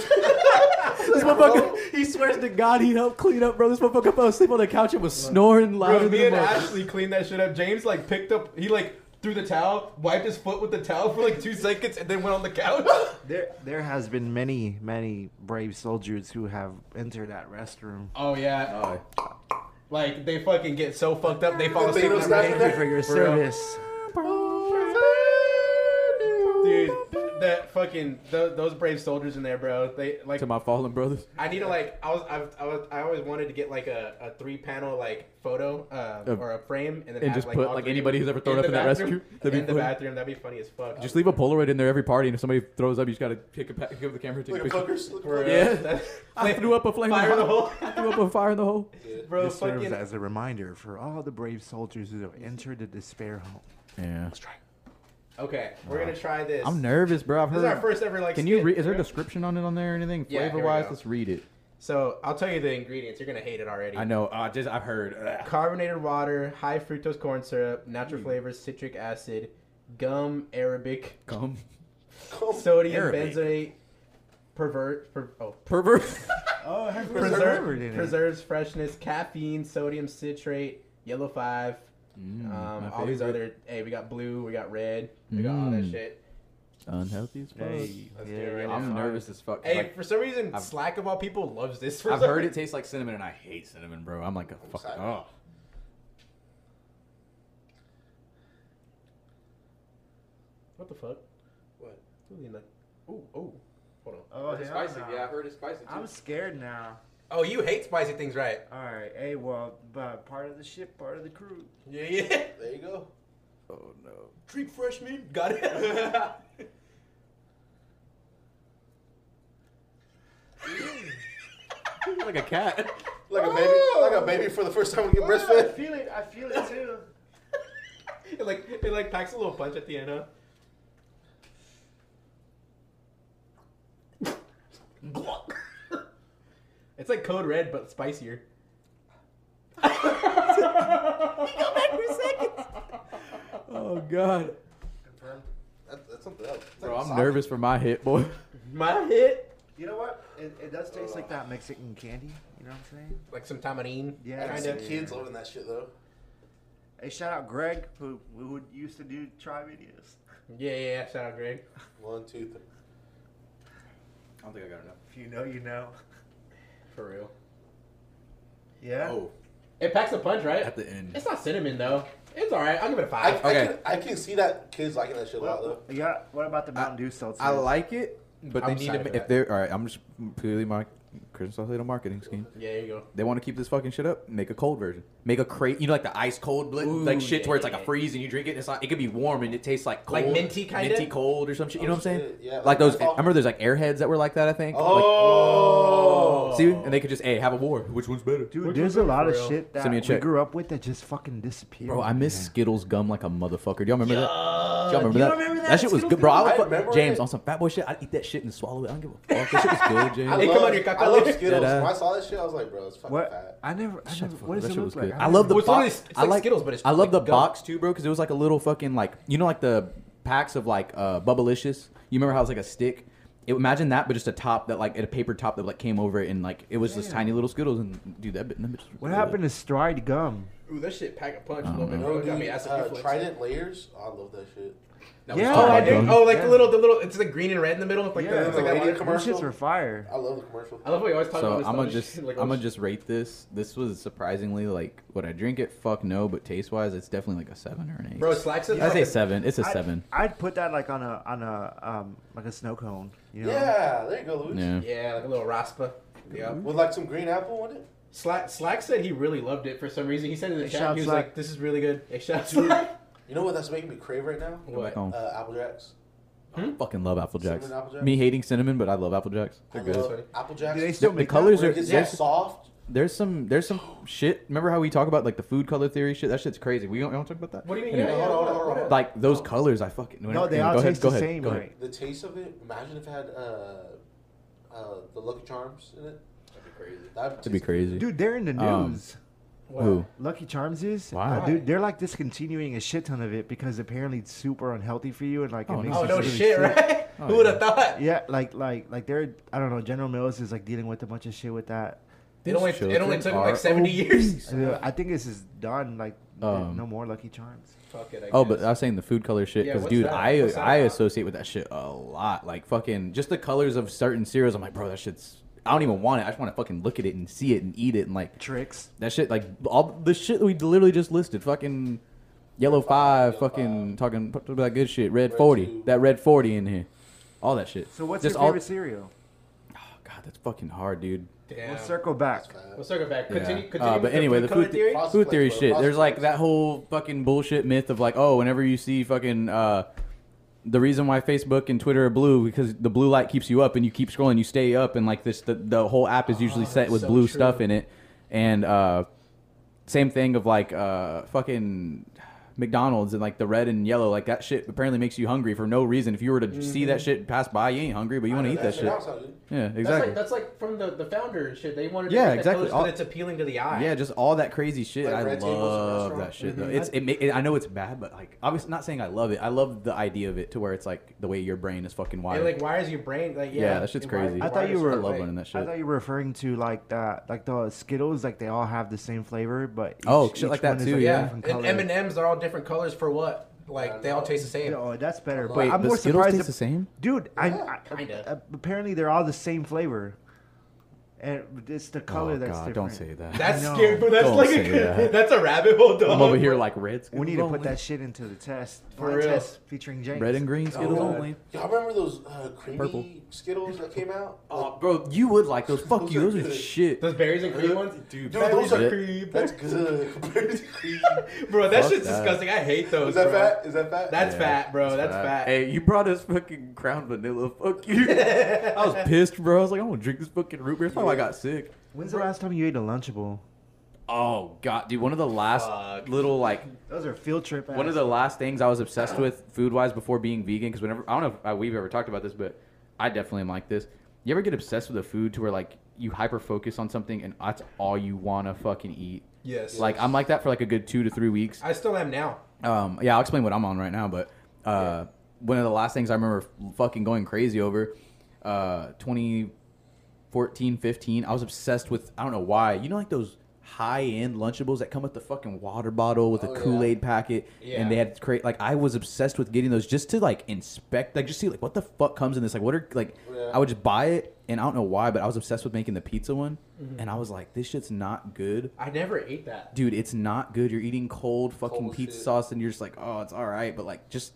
This motherfucker, he swears to God he helped clean up, bro. This motherfucker fell asleep on the couch and was snoring louder
Bro, me
than
and
a mother-
Ashley cleaned that shit up. James like picked up, he like threw the towel, wiped his foot with the towel for like two seconds, and then went on the couch.
There, there has been many, many brave soldiers who have entered that restroom.
oh yeah,
Oh,
like they fucking get so fucked up they fall
Thanos
asleep. in
guy
their
in
bed.
there?
for your
For real.
service.
Dude, that fucking tho- those brave soldiers in there, bro. They like
to my fallen brothers.
I need to like I was I've, I was I always wanted to get like a, a three panel like photo uh,
Of-
or a frame and then
and
have,
just
like,
put,
all
like,
three-
anybody who's ever thrown up
the
in that
bathroom,
rescue. That'd be
in the
funny.
bathroom that'd be funny as fuck.
Just leave a Polaroid in there every party, and if somebody throws up, you just gotta pick a, pick up the camera, and take
Look
a
at
picture.
fuckers. Look at
Bro,
fuckers.
Yeah.
that-
I threw up a flame
fire in the hole.
I threw up a fire in the hole.
Bro,
This serves
fucking
as a reminder for all the brave soldiers who have entered the despair home.
Yeah,
okay. We're gonna try this.
I'm nervous, bro. I've
This
heard.
is our first ever like.
Can you
skit,
read? Is there a
bro.
description on it on there or anything?
Yeah, here we
Flavor wise,
go.
let's read it.
So I'll tell you the ingredients. You're gonna hate it already.
I know. Uh, just I've heard. Ugh.
Carbonated water, high fructose corn syrup, natural
Mm.
flavors, citric acid, gum, arabic,
Come
sodium
Arabic.
benzoate, pervert, per, oh,
pervert.
Oh, I have
preserve,
in it.
preserves freshness, caffeine, sodium citrate, yellow five, um,
Mm, my
all these
favorite.
other. Hey, we got blue, we got red, we got all that
Mm.
shit.
Unhealthy as fuck.
Hey,
Let's
yeah,
do it right
yeah.
now.
I'm nervous as fuck. 'cause,
Hey,
like,
for some reason,
I've-
Slack of all people loves this. For
I've
some
heard it
reason.
tastes like cinnamon, and I hate cinnamon, bro. I'm like a fuck.
excited.
Oh.
What the fuck? What? Oh, oh, hold on.
Oh, hell no.
heard it's spicy
I'm scared now.
Oh, you hate spicy things, right?
All right, hey, well, but part of the ship, part of the crew.
Yeah, yeah.
There you go.
oh no.
Treat freshman, got it.
like a cat.
Like a baby. Like a baby for the first time we get breastfed.
feel it. I feel it too.
it like it like packs a little punch at the end, huh? Glug. it's like code red but spicier.
Oh god.
That, that's something else. It's
Bro,
like
I'm
soft.
nervous for my hit, boy.
My hit.
You know what? It, it does taste like that Mexican candy. You know what I'm saying?
Like some tamarine.
Yeah.
I can
Kind
see
of.
kids loving that shit though.
Hey, shout out Greg, who, who used to do try videos.
Yeah, yeah, yeah. Shout out, Greg.
One, two, three.
I don't think I got enough.
If you know, you know.
For real.
Yeah.
Oh,
It packs a punch, right?
at the end.
It's not cinnamon though. It's all right. I'll give it a
I,
five.
I,
Okay.
can, I can see that kids liking that shit a lot though.
Well, yeah. What about the Mountain Dew seltzer?
I like it, but
I'm
they need
sorry
to.
for
ma-
that.
If they're all right, I'm just purely my criticizing the marketing scheme.
Yeah, there you go.
They want to keep this fucking shit up. Make a cold version. Make a crate. You know, like the ice cold blit,
Ooh,
like shit,
yeah,
to where it's like
yeah.
a freeze and you drink it. And it's not. It could be warm and it tastes like cold,
Like minty kinda?
minty cold or some shit. You know what
Oh,
I'm saying?
shit, yeah,
like,
like
those.
Mad Dog.
I remember there's like airheads that were like that. I think.
Oh,
Like, see, and they could just hey have a war. Which one's better?
Dude,
Which
there's
one's
a lot
for
of
real?
shit that
Send me a
we
check.
grew up with that just fucking disappeared.
Bro, I miss Skittles gum like a motherfucker. Do y'all remember that?
Uh,
Do y'all remember,
you
that?
remember that?
that? shit was
Skittles
good, bro. I
gum?
would
I
fuck-
remember
James
it.
on some fat boy shit. I'd eat that shit and swallow it. I don't give a fuck. That shit was good, James.
I
Hey,
love,
come on, your caca
I love
lips.
Skittles.
Dead
When I
ass.
saw that shit, I was like, bro, it's fucking
What?
fat.
I never. I
Shut
never
the fuck
what
up.
does
That
it
shit
look
was
like?
good.
I
I love the
Well, it's literally-
box.
it's
I
like
like
Skittles, but it's
I love the
gum.
box too, bro, because it was like a little fucking like you know like the packs of like uh Bubblicious. You remember how it's like a stick? It, imagine that, but just a top that like a paper top that like came over it and like it was this tiny little Skittles and dude that bit. That bit was
What
good.
happened to stride gum?
Ooh, that shit pack a punch a
don't
little bit.
know.
Bro.
No,
It got
dude,
me acid
uh,
reflux.
Trident layers. Oh, I love that shit.
That was
Yeah.
Oh,
Oh,
I
my
did-
God.
oh, like
Yeah.
the little, the little. It's the green and red in the middle. It's like, the, it's like that
Yeah. Like
water.
a
Those shits
commercial?
were fire.
I love the commercial.
I love how you always talk about
So
this oh,
I'm gonna
gonna
just I'm gonna just rate this. This was surprisingly like would I drink it? Fuck no, but taste wise, it's definitely like a seven or an eight.
Bro, Slack said
I say
fucking-
seven. It's a seven.
I'd, I'd put that like on a on a um like a snow cone. You know?
Yeah, there you go, Luis.
Yeah.
Yeah, like a little raspa. Yeah.
With like some green apple on it.
Slack Slack said he really loved it for some reason. He said in the
Hey,
chat,
shout
he was
Slack.
like, "This is really good." Hey, shout out Slack.
You know what that's making me crave right now?
What?
Oh.
Uh, apple jacks.
Fucking love Apple Jacks.
Cinnamon Apple Jacks?
Me hating cinnamon, but I love Apple Jacks. They're
I
good.
love apple jacks.
Do they
They
still
The
make that?
colors
where
are-
it gets
Yeah.
so soft.
there's some there's some shit. Remember how we talk about like the food color theory shit? That shit's crazy. We don't, we don't talk about that.
What do you mean?
Anyway,
Yeah, yeah,
Hold on,
yeah,
hold on, hold on.
Like those colors, I fucking
No, they all
go ahead,
taste
go
the
ahead,
same,
go ahead.
right?
The taste of it. Imagine if it had uh, uh, the Lucky Charms in it.
That'd be crazy.
That'd
That'd be
taste-
crazy.
Dude, they're in the
Um,
news.
Who?
Lucky Charms is.
Wow.
Uh, dude, they're like discontinuing a shit ton of it because apparently it's super unhealthy for you and like
Oh,
it makes
Oh
you
no
really
shit,
sick.
right?
Oh,
Who would have
yeah.
thought?
Yeah, like like like they're I don't know. General Mills is like dealing with a bunch of shit with that.
It only
These
it only
children
took like
are
seventy
Oh.
years.
So I think this is done. Like
Oh. Um,
no more Lucky Charms.
Fuck it. I
Oh, but I
guess.
was saying the food color shit
Yeah,
because,
what's
dude,
that?
I
What's that
I
about?
associate with that shit a lot. Like fucking just the colors of certain cereals. I'm like, bro, that shit's. I don't even want it. I just want to fucking look at it and see it and eat it and like
Tricks.
that shit. Like all the shit that we literally just listed. Fucking yellow five.
Yellow
fucking talking talking about good shit. Red,
Red
forty.
two.
That red forty in here. All that shit.
So what's
Just
your
all-
favorite cereal?
Oh, God, that's fucking hard, dude.
Damn.
We'll circle back.
That's
We'll
bad.
circle back.
Yeah.
Continue. continue
Uh,
with
but anyway, the
color
food, the-
theory.
Frosted
food theory
Flakes,
shit.
bro.
There's like
Frosted
that whole fucking bullshit myth of like, oh, whenever you see fucking uh, the reason why Facebook and Twitter are blue because the blue light keeps you up and you keep scrolling, you stay up, and like this, the, the whole app is usually
Oh,
set with
so
blue
true.
stuff in it, and uh, same thing of like uh, fucking. McDonald's and like the red and yellow, like that shit apparently makes you hungry for no reason. If you were to see
Mm-hmm.
that shit pass by, you ain't hungry, but you want to eat that
That's
shit.
outside, dude.
Yeah, exactly.
That's like that's like from the, the founder and shit. They wanted to
Yeah,
make that
exactly.
colors 'cause
All-
it's appealing to the eye.
Yeah, just all that crazy shit.
Like
I
Red Table's a
love that
restaurant.
shit. Though.
Mhm.
It's it, ma- it. I know it's bad, but like I was not saying I love it. I love the idea of it to where it's like the way your brain is fucking wired.
And like, why is your brain like? Yeah,
Yeah, that shit's
it wires-
crazy.
I thought you
wires
were-
I
the
love
way.
running that
I thought
shit.
you were referring to like the like the Skittles. Like they all have the same flavor, but each,
Oh, shit
each
like that
one is,
too, yeah.
a
Yeah,
different
and
color.
M and M's are all different colors for what?
I
Like they all
know.
taste the same.
Oh, that's better. But
Wait,
I'm
the
more
Skittles
surprised.
taste the
if-
same?
Dude,
Yeah,
I, I
kinda.
uh, apparently they're all the same flavor, and it's the color
oh
that's
God,
different.
don't say that.
That's
No,
scary, but that's
don't
like
say
a
that.
that's a rabbit hole. Dog.
I'm over here like red.
We
Skittles
need to put
only.
that shit into the test.
For
blind
real.
test featuring James.
red and green Skittles
Oh,
God.
only.
Y'all remember those uh, creamy
Purple.
Skittles that came out?
Oh, bro, you would like those. Fuck you. Those are shit.
Those berries and cream ones,
Dude,
Berries
those are
and
cream.
cream.
That's good. Compared to cream.
bro, that
Fuck
shit's
that.
disgusting. I hate those.
Is that
bro.
fat? Is that fat?
That's
Yeah,
fat, bro. That's fat.
Hey, you brought us fucking Crown Vanilla. Fuck you. I was pissed, bro. I was like, I'm gonna drink this fucking root beer. That's how I got sick.
When's the last time you ate a Lunchable?
Oh god, dude, one of the last
Fuck.
little like
Those are field trip.
one of the last things I was obsessed with food wise before being vegan because whenever I don't know if uh, we've ever talked about this, but I definitely am like this. You ever get obsessed with a food to where like you hyper focus on something and that's all you wanna fucking eat?
Yes.
Like I'm like that for like a good two to three weeks.
I still am now.
Um, yeah, I'll explain what I'm on right now, but uh, one of the last things I remember f- fucking going crazy over, uh, 2014, 15, I was obsessed with, I don't know why, you know, like those high end Lunchables that come with the fucking water bottle with
Oh,
a
yeah.
Kool Aid packet.
Yeah.
And they had to create, like, I was obsessed with getting those just to, like, inspect, like, just see, like, what the fuck comes in this? Like, what are, like,
Yeah.
I would just buy it, and I don't know why, but I was obsessed with making the pizza one.
Mm-hmm.
And I was like, this shit's not good
I never ate that.
dude, it's not good. You're eating cold fucking
Cold
pizza
shit.
sauce, and you're just like, oh, it's all right, but like, just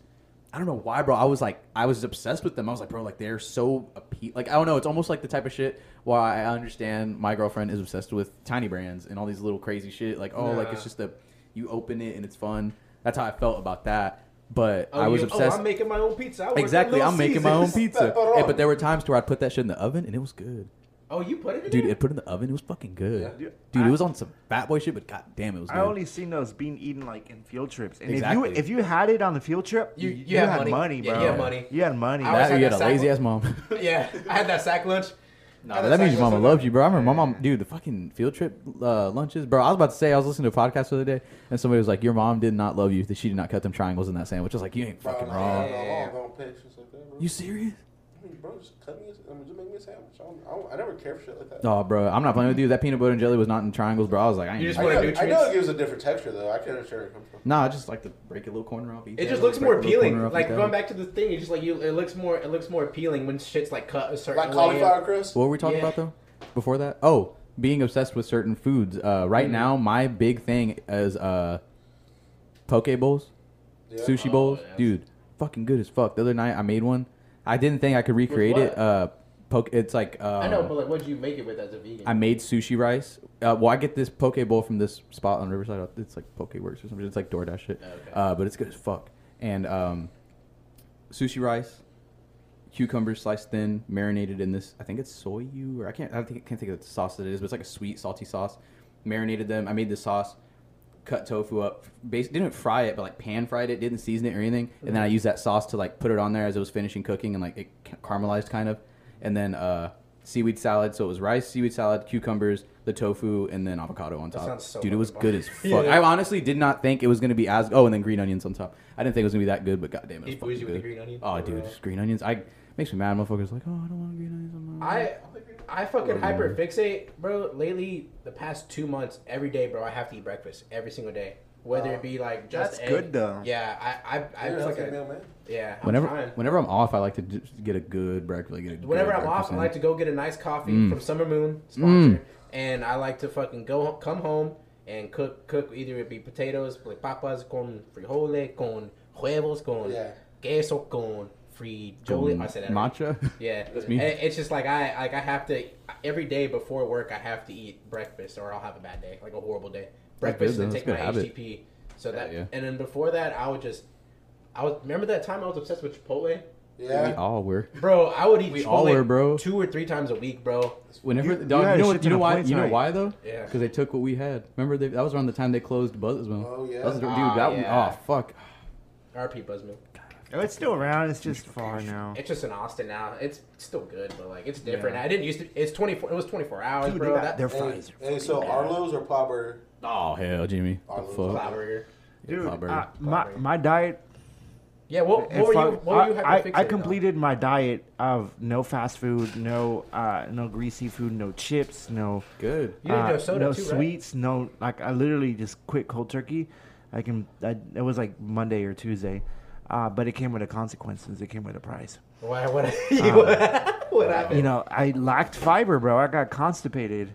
I don't know why, bro. I was like, I was obsessed with them. I was like, bro, like they're so appe- like I don't know. It's almost like the type of shit why I understand my girlfriend is obsessed with tiny brands and all these little crazy shit. Like, oh, like
Nah.
it's just a you open it and it's fun. That's how I felt about that. But
Oh,
I was
you-
obsessed.
Oh, I'm making my own pizza. I work at
exactly,
Little
I'm making my own
Caesars.
pizza.
Pepperoni.
Hey, but there were times to where I'd put that shit in the oven and it was good.
Oh, you put it in
Dude,
there?
it put it in the oven. It was fucking good.
Yeah.
Dude,
Dude,
I-
it was on some fat boy shit, but god damn, it was good.
I only seen those being eaten like in field trips. And
Exactly.
if you if you had it on the field trip,
You- you had money. Yeah,
bro.
you had money.
You had money.
I
That,
always
you
had
had a
that
lazy
sack-
ass mom.
yeah, I had that sack lunch.
Nah, but that means your mama loves you, bro. I remember my mom, dude, the fucking field trip uh, lunches, bro. I was about to say I was listening to a podcast the other day, and somebody was like, "Your mom did not love you. That she did not cut them triangles in that sandwich." I was like, "You ain't
Bro,
fucking
nah,
wrong.
nah, nah,
Yeah.
I'm going pictures like that, bro.
You serious?
I mean, bro, just cut me. a- I mean, just make me a sandwich. I, don't, I, don't, I never care for shit like that.
Oh, bro, I'm not playing with you. That peanut butter and jelly was not in triangles, bro. I was like, I ain't.
You just
I
eating
wanna
that.
know, I know
nutrients.
it gives a different texture though. I can understand where it comes from.
Nah, I just like to break a little corner off. Eat
It
that,
just looks
break
more
a little corner
appealing.
off,
Like
eat that.
going back to the thing, it's just like you. It looks more. It looks more appealing when shit's like cut a certain
Like
way.
cauliflower crust.
What were we talking
Yeah.
about though? Before that, oh, being obsessed with certain foods. Uh, right
Mm-hmm.
now, my big thing is uh, poke bowls.
Yeah.
sushi
Oh,
bowls,
yes.
dude, fucking good as fuck. The other night I made one. I didn't think I could recreate it.
what?
Uh, poke. It's like uh,
I know, but like, what do you make it with as a vegan?
I made sushi rice. Uh, well, I get this poke bowl from this spot on Riverside. It's like PokeWorks or something. It's like DoorDash shit.
Okay.
Uh, but it's good as fuck. And um, sushi rice, cucumbers sliced thin, marinated in this. I think it's soyu or I can't. I think can't think of the sauce that it is, but it's like a sweet salty sauce. Marinated them. I made this sauce. Cut tofu up. Bas- didn't fry it, but like pan fried it. Didn't season it or anything. And then I used that sauce to like put it on there as it was finishing cooking, and like it ca- caramelized kind of. And then uh, seaweed salad. So it was rice, seaweed salad, cucumbers, the tofu, and then avocado on top.
sounds so
Dude, it was
fucking
good as
bomb.
fuck.
Yeah.
I honestly did not think it was gonna be as. Oh, and then green onions on top. I didn't think it was gonna be that good, but goddamn, it was
He bougie
fucking
with the
good.
green onion?
Oh,
Or,
dude,
uh,
just green onions. I makes me mad. Motherfuckers like, oh, I don't want green onions. I'm not-
I I fucking hyperfixate, bro. Lately, the past two months, every day, bro, I have to eat breakfast every single day. Whether
Oh.
it be like just
That's
egg-
good, though.
Yeah, I I, I
You're a
just like
healthy
a,
male man.
yeah. I'm
whenever
trying.
whenever I'm off, I like to just get a good breakfast. Like, get a good
Whenever I'm off,
breakfast
I
in.
like to go get a nice coffee
Mm.
from Summer Moon sponsor,
Mm.
and I like to fucking go come home and cook cook either it be potatoes like papas con frijole con huevos con
Yeah.
queso con frijole.
Golden
I said that right.
matcha.
Yeah,
That's me.
And It's just like I like I have to every day before work. I have to eat breakfast, or I'll have a bad day, like a horrible day. Breakfast
though.
and
That's
take
a
my
good habit.
HTP. So that
yeah.
and then before that, I would just I was remember that time I was obsessed with Chipotle,
we
Yeah.
all were.
bro. I would eat
We
Chipotle
all were, bro.
two or three times a week, bro.
Whenever
You-
you,
you
dog, you,
had a
know,
shit
what, you
ton
know
of
why?
points
You know
tonight.
why though?
Yeah.
Because they took what we had. Remember, they, that was around the time they closed Buzzmill.
Oh, yeah.
That was the- dude,
Ah,
that
yeah.
oh fuck.
RP Buzzman.
Oh, it's still around. It's just far now.
It's just in Austin now. It's still good, but like it's different. I didn't used to. It's twenty four. It was twenty four hours,
Dude, they
bro.
got
that,
their
Hey,
fries.
hey, so Arlo's or Plowburger?
Oh hell, Jimmy. The
Arnold's
fuck?
Flour burger.
Dude,
Cloud Burger.
uh, my my diet.
Yeah. What,
if
what were
I-
you? What were you?
I,
hyperfixated
I
on?
completed my diet of no fast food, no uh, no greasy food, no chips, no
Good.
You didn't
uh,
have soda
no
too, right?
sweets, no like I literally just quit cold turkey. I can. I, it was like Monday or Tuesday, uh, but it came with a consequences. It came with a price.
Why? What?
uh,
what, what happened?
you know, I lacked fiber, bro. I got constipated,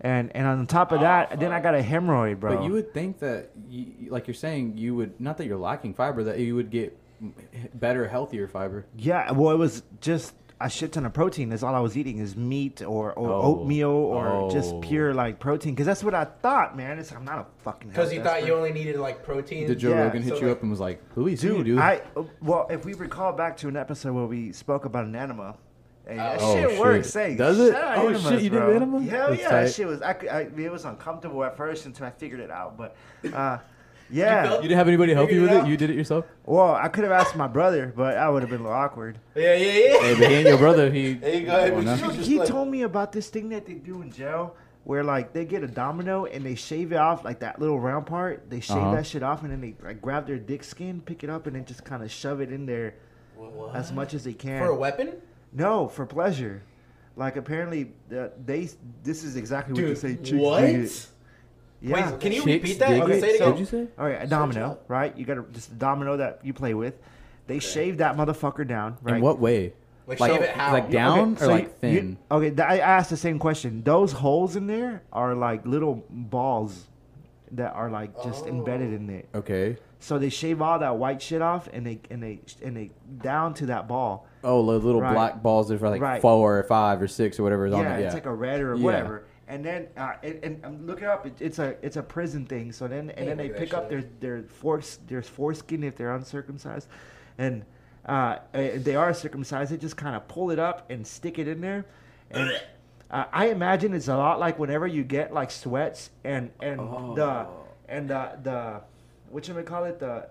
and and on top of that, then I got a hemorrhoid, bro.
But you would think that, you, you- like you're saying, you would not that you're lacking fiber, that you would get m- better, healthier fiber.
yeah, well, it was just a shit ton of protein. Is all I was eating is meat or, or
Oh.
oatmeal or just
Oh.
pure like protein, because that's what I thought, man. It's I'm not a fucking
Because
health
you thought
expert.
you only needed like protein.
Did Joe
Yeah,
Rogan hit
so
you
like-
up and was like, "Luis, you
Dude,
do
I well, if we recall back to an episode where we spoke about an enema, and that
Oh,
shit
shit.
works. Hey,
Does it?
shout out
Oh, shit, you did
bro.
enema?
Hell
That's
yeah,
tight.
that shit was. I, could- I, it was uncomfortable at first until I figured it out, but uh, yeah.
felt-
You didn't have anybody help you
Figured
with
it
it.
out.
You did it yourself.
well, I could have asked my brother, but that would have been a little awkward.
Yeah, yeah, yeah.
hey, but he ain't your brother. He.
Hey, go ahead,
Well,
but
no.
you
Dude,
just
he
like-
told me about this thing that they do in jail where like they get a domino and they shave it off like that little round part. They shave
Uh-huh.
that shit off and then they like grab their dick skin, pick it up, and then just kind of shove it in there as much as they can.
For a weapon?
No, for pleasure. Like apparently uh, they. This is exactly
Dude,
what they say. chicks
what?
do it. Yeah.
Wait, can you
Chicks
repeat that?
dig
Okay,
it?
say it
So-
again.
What'd you say?
All right, a domino, right? You got to just a domino that you play with. They shave that motherfucker down, right?
In what way?
Like, shave it how?
like
Okay,
down
so
or
you-
like thin?
okay, th- I asked the same question. Those holes in there are like little balls that are like
Oh.
just embedded in it.
okay.
So they shave all that white shit off and they and they and they down to that ball.
Oh, li- little
Right.
black balls that are like
Right.
four or five or six or whatever is on
yeah,
it. Yeah,
it's like a red or
Yeah.
whatever. And then uh, and, and um, look it up. It, it's a it's a prison thing. So then and then
look
they
at that
pick up their their fores their foreskin if they're uncircumcised, and uh, if they are circumcised, they just kind of pull it up and stick it in there. And uh, I imagine it's a lot like whenever you get like sweats and and the and the the what should we call it the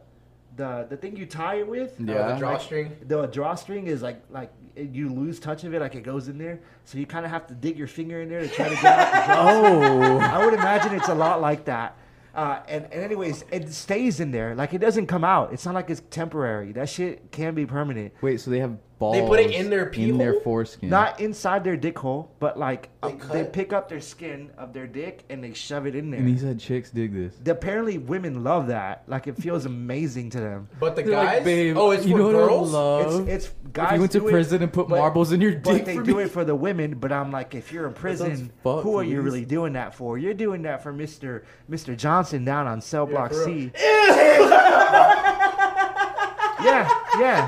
the the thing you tie it with
Yeah.
Oh, the
Like-
drawstring.
the drawstring is like like you lose touch of it, like it goes in there. So you kind of have to dig your finger in there to try to get out the drawstring.
oh,
I would imagine it's a lot like that. Uh, and, and anyways, it stays in there. Like it doesn't come out. It's not like it's temporary. That shit can be permanent.
wait. So they have balls.
put it in their pee
in their
hole?
foreskin.
Not inside their dick hole, but like uh,
They
they,
cut.
pick up their skin of their dick and they shove it in there.
and he said chicks dig this.
Apparently, women love that. Like it feels amazing to them.
But the
They're
guys.
like, babe,
oh, it's
you
for
know what I
girls.
love?
It's it's guys.
if you went to
do it-
prison and put
but-
marbles in your
But
dick
they
for
do
me.
it for the women. But I'm like, if you're in prison,
fucked,
who are you
Luis.
really doing that for? You're doing that for Mister Mister Johnson down on cell block
for real.
C. yeah, yeah.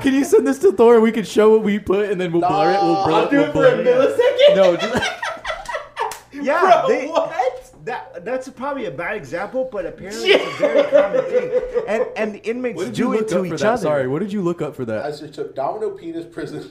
Can you send this to Thor and we can show what we put and then we'll blur it? We'll blur
I'll do
we'll
it for
blur
a millisecond.
No, just,
Yeah,
Bro,
they,
what?
That that's probably a bad example, but apparently it's a very common thing. And and the inmates
What did you
do it
look up
to
for
each
that?
other.
Sorry, what did you look up for
I
that?
just took Domino Penis Prison.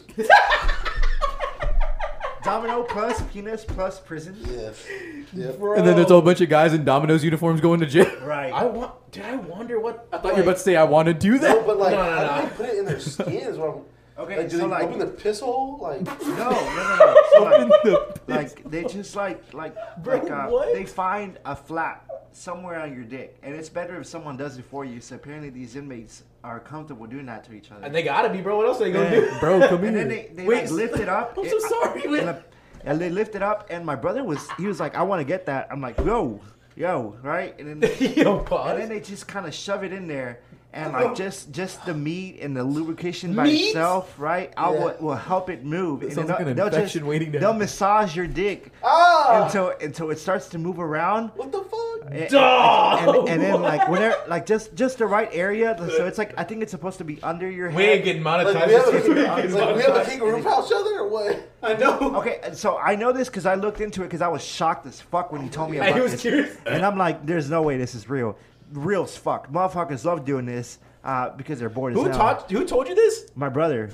Domino plus penis plus prison.
yes. Yep.
And then there's a whole bunch of guys in Domino's uniforms going to jail.
Right.
I want. Did I wonder what?
I thought you were about to say I want to do
No,
that.
but like,
No, no,
how
no.
do they put it in their skin? Is what I'm.
Okay,
Like, do
so,
they
like-
open their piss hole? Like,
no, no, no, no. So
Open
like,
the-
like they just like like
Bro,
like uh,
what?
they find a flap somewhere on your dick, and it's better if someone does it for you. So apparently these inmates are comfortable doing that to each other.
And they gotta be, bro. What else are they gonna
Yeah.
do?
Bro, come
and
here.
then they, they
Wait,
like lift it up.
I'm so sorry,
And,
man.
I- and they lift it up, and my brother was he was like, I want to get that. I'm like, yo, yo, right? And then
Yo,
and then
pause.
they just kind of shove it in there, and like just just the meat and the lubrication by
Meat?
itself, right? I
Yeah.
will, will help it move. And
sounds
they'll-
like an
they'll
infection
just,
waiting to
They'll
happen.
massage your dick
ah,
until until it starts to move around.
what the fuck?
And,
Dog!
and, and then like whenever like just just the right area, so it's like I think it's supposed to be under your
We
head.
ain't getting
Like,
monetized.
we have
this week.
a, like, we have a kangaroo pouch other or what?
I know.
Okay, and so I know this because I looked into it because I was shocked as fuck when you told me
Hey,
about
he was
this.
curious.
And I'm like, there's no way this is real. Real as fuck. Motherfuckers love doing this uh, because they're bored
Who
as hell.
taught? Who told you this?
my brother,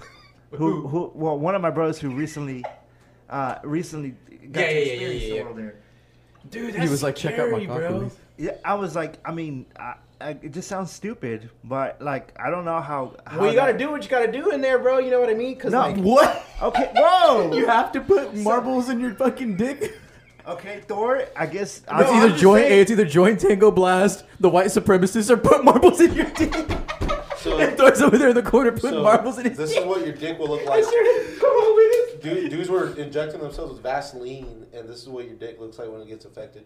who, who, well, one of my brothers who recently, uh, recently got
Yeah,
to
yeah, yeah,
experience
yeah,
the
yeah.
world there.
Dude, that's
He was like, check out my
scary,
cock
bro.
release.
Yeah, I was like, I mean, I, I, it just sounds stupid, but like, I don't know how. how
Well, you gotta
that-
do what you gotta do in there, bro. You know what I mean? Cause
No.
like,
What?
Okay, whoa.
You have to put marbles in your fucking dick.
okay, Thor. I guess
It's
I'm
either
just
joint.
saying-
It's either joint tango blast, the white supremacists, or put marbles in your dick.
So,
and Thor's over there in the corner putting
so
marbles in his
this
dick.
is what your dick will look like.
come on with it.
Dude, dudes were injecting themselves with Vaseline, and this is what your dick looks like when it gets affected.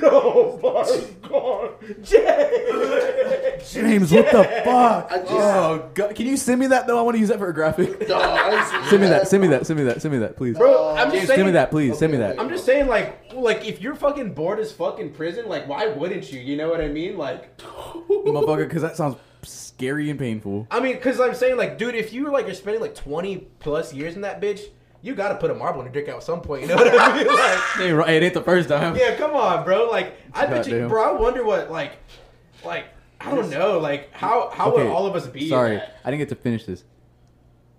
No, Bar's gone. Jay.
James, what the fuck?
I just-
oh god, can you send me that though? I want to use that for a graphic.
No, I
Send me that. Send me that. Send me that. Send me that, please.
Bro, I'm just
James, send me
saying.
that, please. Send me
Okay,
that.
I'm just saying, like, like if you're fucking bored as fuck in prison, like, why wouldn't you? You know what I mean? Like,
motherfucker, because that sounds scary and painful.
I mean, because I'm saying, like, dude, if you like are spending like 20 plus years in that bitch, you gotta put a marble in your dick at some point. You know what I mean? Like,
Hey, right, it ain't the first time.
yeah, come on, bro. Like, I bet you,
Goddamn.
bro. I wonder what, like, like I don't know, like how how
Okay,
would all of us be? in
Sorry,
that?
I didn't get to finish this.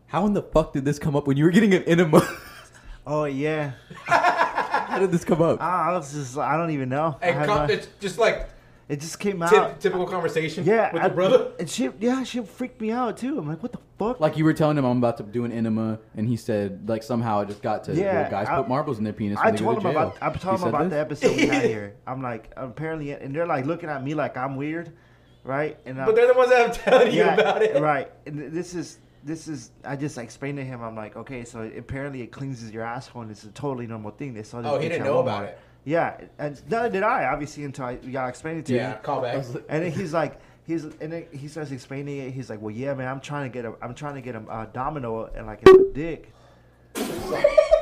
How in the fuck did this come up when you were getting an enema?
Oh yeah.
How did this come up?
Ah, I was just. I don't even know. I
And
had
com-
no-
it's just like
it just came
typ-
out.
typical conversation.
Yeah,
with
I-
your brother.
And she, yeah, she freaked me out too. I'm like, what the fuck?
Like you were telling him, I'm about to do an enema, and he said, like somehow it just got to
Yeah,
well, guys
I-
put marbles in their penis. When
I
they
told
go
him
to jail.
about. I told
He
him
said
about the
this?
episode we had here. I'm like, apparently, and they're like looking at me like I'm weird, right? And I'm,
But they're the ones that I'm telling you
yeah,
about it.
right? And th- this is this is. I just explained to him. I'm like, okay, so apparently it cleanses your asshole, and it's a totally normal thing. They saw this.
Oh, he
bitch
didn't
at
know about
Walmart.
it.
Yeah, and neither did I, obviously, until I got explained it to
Yeah,
me.
call back.
And then he's like, he's and then he starts explaining it. He's like, well, yeah, man, I'm trying to get a, I'm trying to get a, uh domino and like a dick.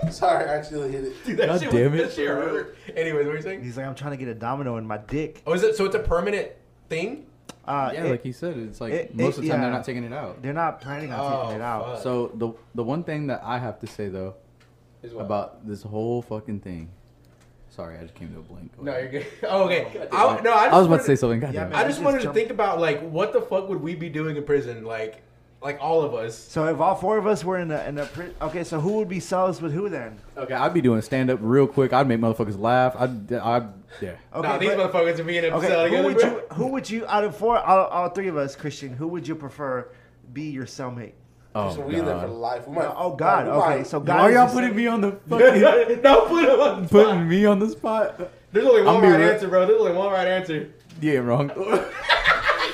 Sorry, I accidentally hit it.
Dude, that
God
shit
damn
was,
it.
That shit hurt. Anyways, what were you saying?
He's like, I'm trying to get a domino in my dick.
Oh, is it? So it's a permanent thing?
Uh,
Yeah,
it-
like he said, it's like
it-
most of the time
yeah.
they're not taking it out.
they're not planning on taking
Oh,
it out.
fuck.
So the the one thing that I have to say though
Is what?
about this whole fucking thing, sorry, I just came to a blank.
No, you're good. Oh, okay. I, no, I, just
I was about to
wanted-
say something. God
Yeah,
damn it.
man.
I just
Just
wanted to
jump-
think about like what the fuck would we be doing in prison? Like, like all of us.
So if all four of us were in a in a pri- okay, so who would be cells with who then?
Okay, I'd be doing stand up real quick. I'd make motherfuckers laugh. I'd, I'd yeah.
Okay,
nah, these
but-
motherfuckers would be in a
okay,
cell
who
together,
would
bro.
you who would you out of four all, all three of us, Christian? Who would you prefer be your cellmate?
Oh
so we in there for
God.
life. We might,
Oh God,
we
okay,
might-
so God.
Why are
is
y'all
just-
putting me on the fucking
no, put him on the
putting
spot.
me on the spot?
There's only one
I'm be
right
real-
answer, bro. There's only one right answer.
Yeah, wrong. this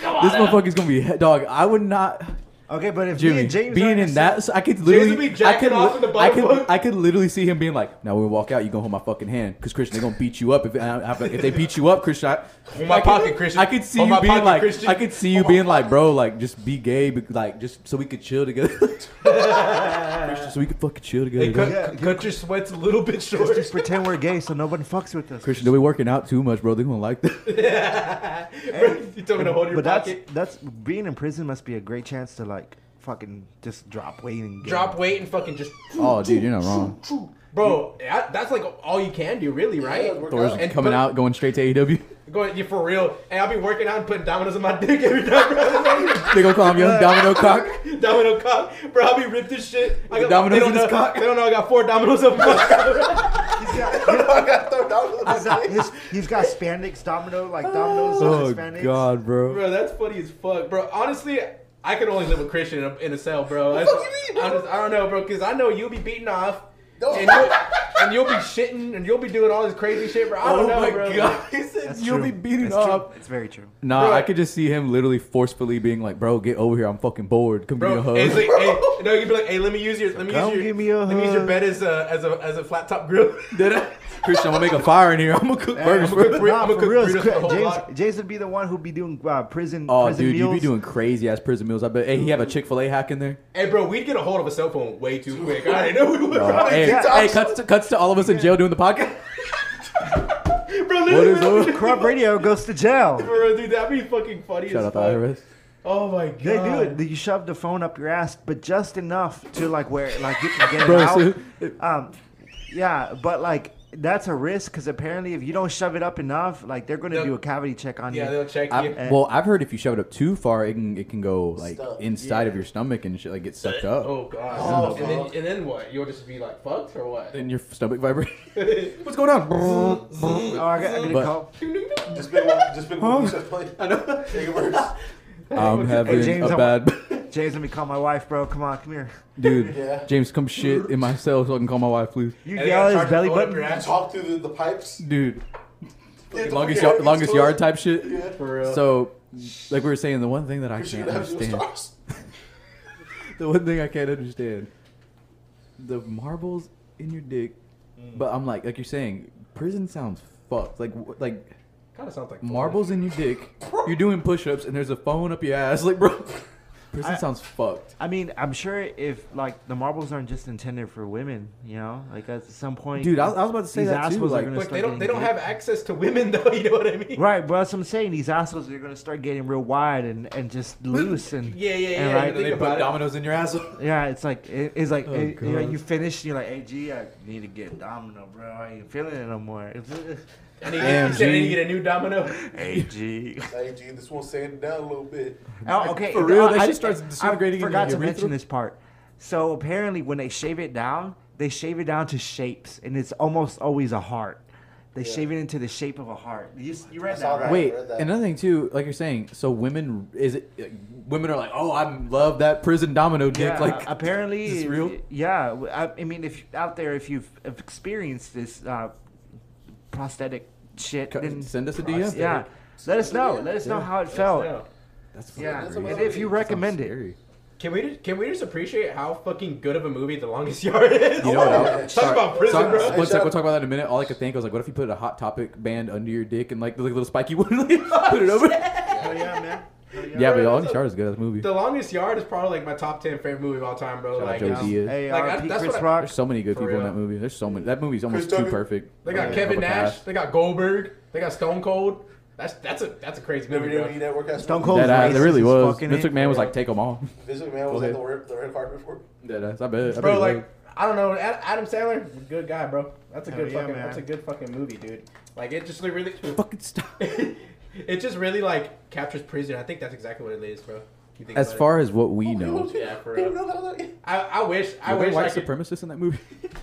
motherfucker's gonna be dog. I would not,
Okay, but if me
Jimmy.
and James are
being
a
in that,
cell-
s- I could
would be
literally, I
jacking
could,
off
li-
in the
I
bottom bunk.
could, I could literally see him being like, "Now when we walk out, you gonna hold my fucking hand, because Christian, they gonna beat you up if I- I- if they beat you up, Christian." I,
Hold my
I could-
pocket, Christian.
I could see
Hold
you
my
being
pocket,
like,
Christian.
I could see you
Hold my
being like, "Bro, like just be gay, be- like just so we could chill together, Christian, so we could fucking chill together."
Hey, cut,
dog.
Yeah,
cut your sweats a little bit short.
let's just pretend we're gay so nobody fucks with us.
Christian, they'll be working out too much, bro. They're gonna like that.
Bro, you told me to hold your
but that's
pocket.
that's being in prison must be a great chance to like fucking just drop weight and get
Drop weight and fucking just.
Oh, dude, you're not wrong.
Bro, that- that's like all you can do, really, right?
Yeah, work
Thor's
And-
coming out, going straight to E AEW.
Going, yeah, for real. Hey, I'll be working out and putting dominoes in my dick every time, bro.
they gonna call him Young Domino Cock.
Domino cock, bro. I'll be ripped as shit. I
The dominoes
they don't
in his
know,
cock?
They don't know I got four dominoes up. my-
I got thrown down.
He's got, his, he's got spandex domino like dominoes
Oh
on spandex.
God, bro.
bro, that's funny as fuck, bro. Honestly, I could only live with Christian in a, in a cell, bro. That's-
fuck you mean, bro?
I'm just- I don't know, bro, because I know you'll be beating off.
No.
And, you'll, and you'll be shitting and you'll be doing all this crazy shit, bro. I don't
Oh
know,
my
bro.
God.
He said
That's
You'll be
true.
beaten
That's
up.
True. It's very true.
Nah,
Bro.
I could just see him literally forcefully being like, "Bro, get over here. I'm fucking bored. Come
Bro,
give me a
it's
hug."
like, hey, no, you'd be like, hey, let me use your, let me
Come
use your,
give me a
let me use your
hug.
bed as a, as a, as a flat top grill.
Did I- Christian, I'm gonna make a fire in here. I'm gonna cook burgers.
I'm gonna
bro.
cook-
Nah,
I'ma
for real, it's
burritos for the
cra-
whole lot.
James, James would be the one who'd be doing uh, prison.
Oh,
prison
dude,
meals.
you'd be doing crazy ass prison meals. I bet. Hey, he have a Chick Fil A hack in there.
hey, bro, we'd get a hold of a cell phone way too quick. I already know we would.
Oh,
bro.
hey,
yeah.
hey, cuts to, cuts to all of us in jail doing the podcast.
Bro,
What
literally,
is up?
Corrupt radio goes to jail.
bro, dude, that'd be fucking funny
Shout
as
out to
fuck.
IRS.
Oh my god.
They do it. You shove the phone up your ass, but just enough to like where like you can get it
Bro,
out.
so-
Um, yeah, but like that's a risk because apparently if you don't shove it up enough, like they're gonna
They'll-
do a cavity check on
Yeah,
you.
they'll check
I-
you.
well, I've heard if you shove it up too far, it can it can go like
Stuck,
inside
yeah.
of your stomach and shit, like get sucked up.
Oh god.
Oh,
and then
fuck.
and then what? You'll just be like fucked or what?
And your stomach vibrates. What's going on?
Oh, I got, I got a
But-
call.
Just been one. Just been one. I know. Take it worse.
I'm having
James,
a
I
bad.
James, let me call my wife, bro. Come on, come here.
Dude,
Yeah.
James, come shit in my cell so I can call my wife, please.
You
And they
yell
gotta
at his
charge the
belly
phone up
button.
your ass.
Talk through the, the pipes.
Dude,
Get the
longest
fucking
yard, longest
toilet.
yard type shit.
Yeah.
For real.
So, like we were saying, the one thing that I
Christian
can't
gonna have dual
understand,
stars.
the one thing I can't understand, the marbles in your dick.
Mm.
But I'm like, like you're saying, prison sounds fucked. Like, wh- like
Kind of sounds like
marbles in your dick. You're doing push-ups and there's a phone up your ass. Like, bro, prison
I-
sounds fucked.
I mean, I'm sure if like the marbles aren't just intended for women, you know, like at some point,
Dude, I- I was about to say
these
that, too,
assholes are
like-
gonna
Like
start
they don't they
getting
don't
big.
have access to women though. You know what I mean?
Right, but that's what I'm saying. These assholes are gonna start getting real wide and, and just loose and
Yeah, yeah,
and
yeah,
right-
you know, Think about it.
dominoes in your asshole.
yeah, it's like it- it's like
Oh,
it- you, know,
God.
you finish, and you're like, hey, G, I need to get domino, bro. I ain't feeling it no more.
I need,
Damn,
you said I need to
G.
get a new domino.
hey, G.
Hey, G, this one's sanding down a little bit.
Oh, okay.
For real,
uh,
that
I-
shit starts disintegrating in
I forgot
your
to mention
urethra?
this part. So apparently, when they shave it down, they shave it down to shapes, and it's almost always a heart. They shave it into the shape of a heart. You, you read that,
saw
right?
that.
Wait,
read that.
another thing too, like you're saying, so women is it like, women are like, "Oh, I love that prison domino dick."
Yeah, Uh,
like
apparently,
is this real?
Yeah, w- I, I mean, if out there, if you've have experienced this uh, prosthetic shit,
Co-
then
send us a DM.
yeah, let us know. Let us know
Yeah.
how it felt.
That's
Yeah,
fucking
and
crazy.
if you
That sounds
recommend it,
scary.
Can we just, can we just appreciate how fucking good of a movie The Longest Yard is?
You know what?
yeah.
I-
Talk
sorry.
about prison,
Sorry,
bro.
One sec, we'll talk about that in a minute. All I could think was like, what if you put a hot topic band under your dick and like the little spiky one, like, put it over? yeah,
Oh, yeah, man.
but all these stars is good. That's a movie.
The Longest Yard is probably like my top ten favorite movie of all time, bro.
Shout out
like,
Joey
um,
Diaz.
Hey,
Like, I-
RIP
that's
Chris
what I-
Rock.
There's so many good
For
people in
real.
that movie. There's so many. That movie's almost
Chris
too
Tucker.
perfect.
they got
Like,
Kevin
upper
Nash,
class.
they got Goldberg, they got Stone Cold. That's that's a that's a crazy movie, bro.
WWE E Network has
Stone
one.
Cold.
That ass, it
racist
really
as
was.
fucking
Mr.
it.
McMahon was like, take them all.
This man was
Go
at
ahead.
the red, the red carpet for. Oh,
That ass, I bet. I bet
bro,
it
like
was.
I don't know, Ad- Adam Sandler, good guy, bro. That's a
Hell
good
yeah,
fucking,
man.
that's a good fucking movie, dude. Like it just like, really,
fucking stop.
it just really like captures prison. I think that's exactly what it is, bro. You think
As
about it.
far as what we know,
Yeah, for real.
That's
I, I wish, I
are there
wish
white
I could
supremacists in that movie?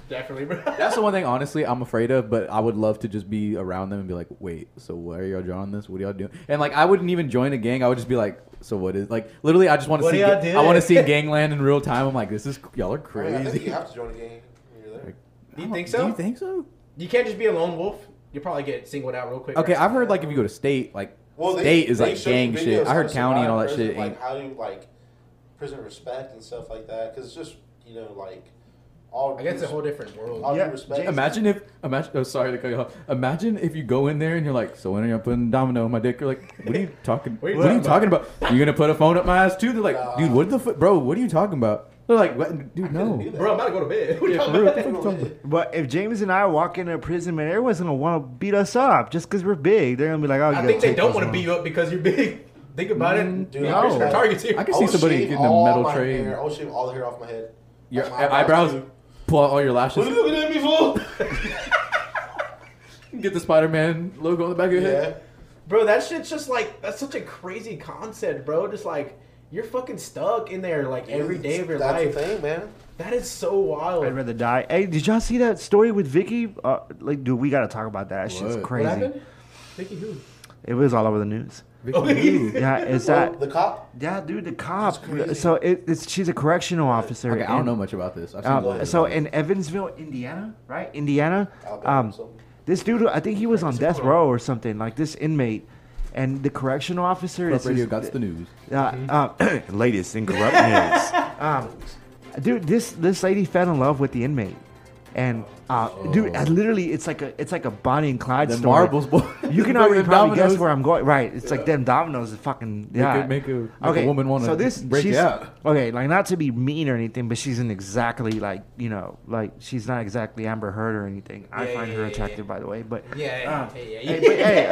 definitely, bro.
That's the one thing, honestly, I'm afraid of. But I would love to just be around them and be like, "Wait, so why are y'all drawing this? What are y'all doing?" And like, I wouldn't even join a gang. I would just be like, "So what is like?" Literally, I just want to
What
see.
do y'all
I want
doing?
to see gangland in real time. I'm like, "This is y'all are
I think you
crazy."
have to join the game when you're there.
Do
I
you
don't-
think so?
Do you think so?
You can't just be a lone wolf. You probably get singled out real quick.
Okay,
right?
I've heard like if you go to state, like
Well, they-
state is
they
like
showed you
gang
videos
shit. I
how
heard
to
county and all
survive
that shit
prison,
ain't.
Like how you like prison respect and stuff like that. Because it's just you know like all.
I guess it's a whole different world.
All
Yeah,
due respect.
James-
Imagine if imagine oh sorry to cut you off. Imagine if you go in there and you're like, so when are you putting domino on my dick? You're like, what are you talking?
What are
what
you
are you
talking
talking about? You gonna put a phone up my ass too? They're like, dude, what the fuck, bro? What are you talking about? They're like, what? dude, no.
do that.
Bro, I'm about to go to bed. What are you
Yeah,
talking
for real, what the
about?
fuck you talking about?
But if James and I walk into a prison, man, everyone's gonna want to beat us up just because we're big. They're gonna be like, "Oh, you
I
gotta
think they
take those
don't want to
off."
beat you up because you're big. Think about it.
Dude,
Yeah,
Mm, no.
your target's here.
I can see somebody
shave
getting a
Oh, all
metal
my
tray.
hair. I'll shave all the hair off my head.
Your e-,
Like my
eyebrows, pull out all your
What are
lashes,
you looking at me for?
get the Spider Man logo on the back of your head.
yeah.
Bro, that shit's just like that's such a crazy concept, bro. Just like you're fucking stuck in there like every day of your
That's
life.
the thing, man.
That is so wild.
I'd rather die. Hey, did y'all see that story with Vicky? Uh, like, dude, we gotta talk about that. That shit's
What? What
what
crazy.
happened? Vicky who?
It was all over the news.
Okay.
Yeah, it's
So,
that.
the cop.
Yeah, dude, the cop.
crazy.
So it, it's she's a correctional officer.
Okay, I don't
and-
know much about this. I've seen
Um,
blood.
so in Evansville, Indiana, right? Indiana.
Alabama,
Um,
something.
this dude, I think he was on death row or something. Like this inmate, and the correctional officer
Corrupt
is.
radio
is
got the news. Mm-hmm.
uh, uh, latest in corrupt news. um, dude, this this lady fell in love with the inmate, and uh, dude, I literally, it's like a it's like a Bonnie and Clyde
Oh. The
story.
marbles, boy.
You can
The
already
fucking
probably guess
dominoes.
where I'm going, right? It's like them dominoes, that fucking yeah.
could make a- make a woman wanna break
she's-
out.
Okay, like not to be mean or anything, but she's an exactly like you know, like she's not exactly Amber Heard or anything. I
Yeah,
find
yeah,
her
yeah,
attractive, by the way, but uh,
Yeah, yeah, yeah, yeah.
Hey, but, hey,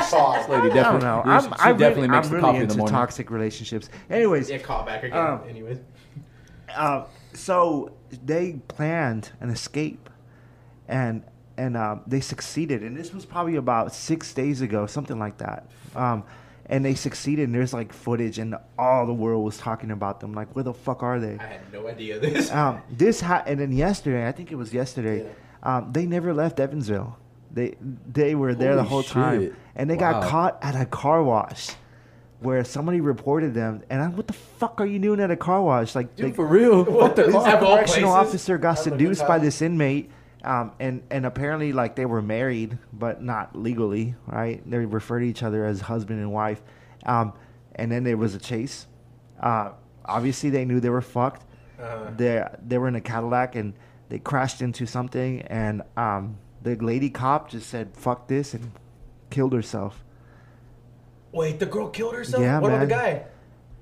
I,
Sauce.
Lady
I don't
definitely,
know.
she
I'm, I really,
definitely makes
I'm
the
really
coffee in
into
the morning.
toxic relationships. Anyways,
Yeah, call back again.
Um,
Anyways.
uh, so they planned an escape, and and um, they succeeded. And this was probably about six days ago, something like that. Um, and they succeeded. And there's like footage, and all the world was talking about them. Like, where the fuck are they?
I had no idea this.
Um, this ha- and then yesterday, I think it was yesterday. Um, they never left Evansville. They they were there the
Holy
whole
shit.
time, and they got
Wow.
caught at a car wash, where somebody reported them. And I'm, what the fuck are you doing at a car wash? Like,
Dude,
they-
for real. What the
This
this
Of all
correctional
places?
officer got
That's a good
seduced by
time.
this inmate, um, and and apparently like they were married, but not legally, right? They refer to each other as husband and wife, um, and then there was a chase. Uh, obviously, they knew they were fucked.
Uh-huh.
They they were in a Cadillac and they crashed into something, and um, the lady cop just said "fuck this" and killed herself.
Wait, the girl killed herself?
Yeah,
what about the
man.
guy?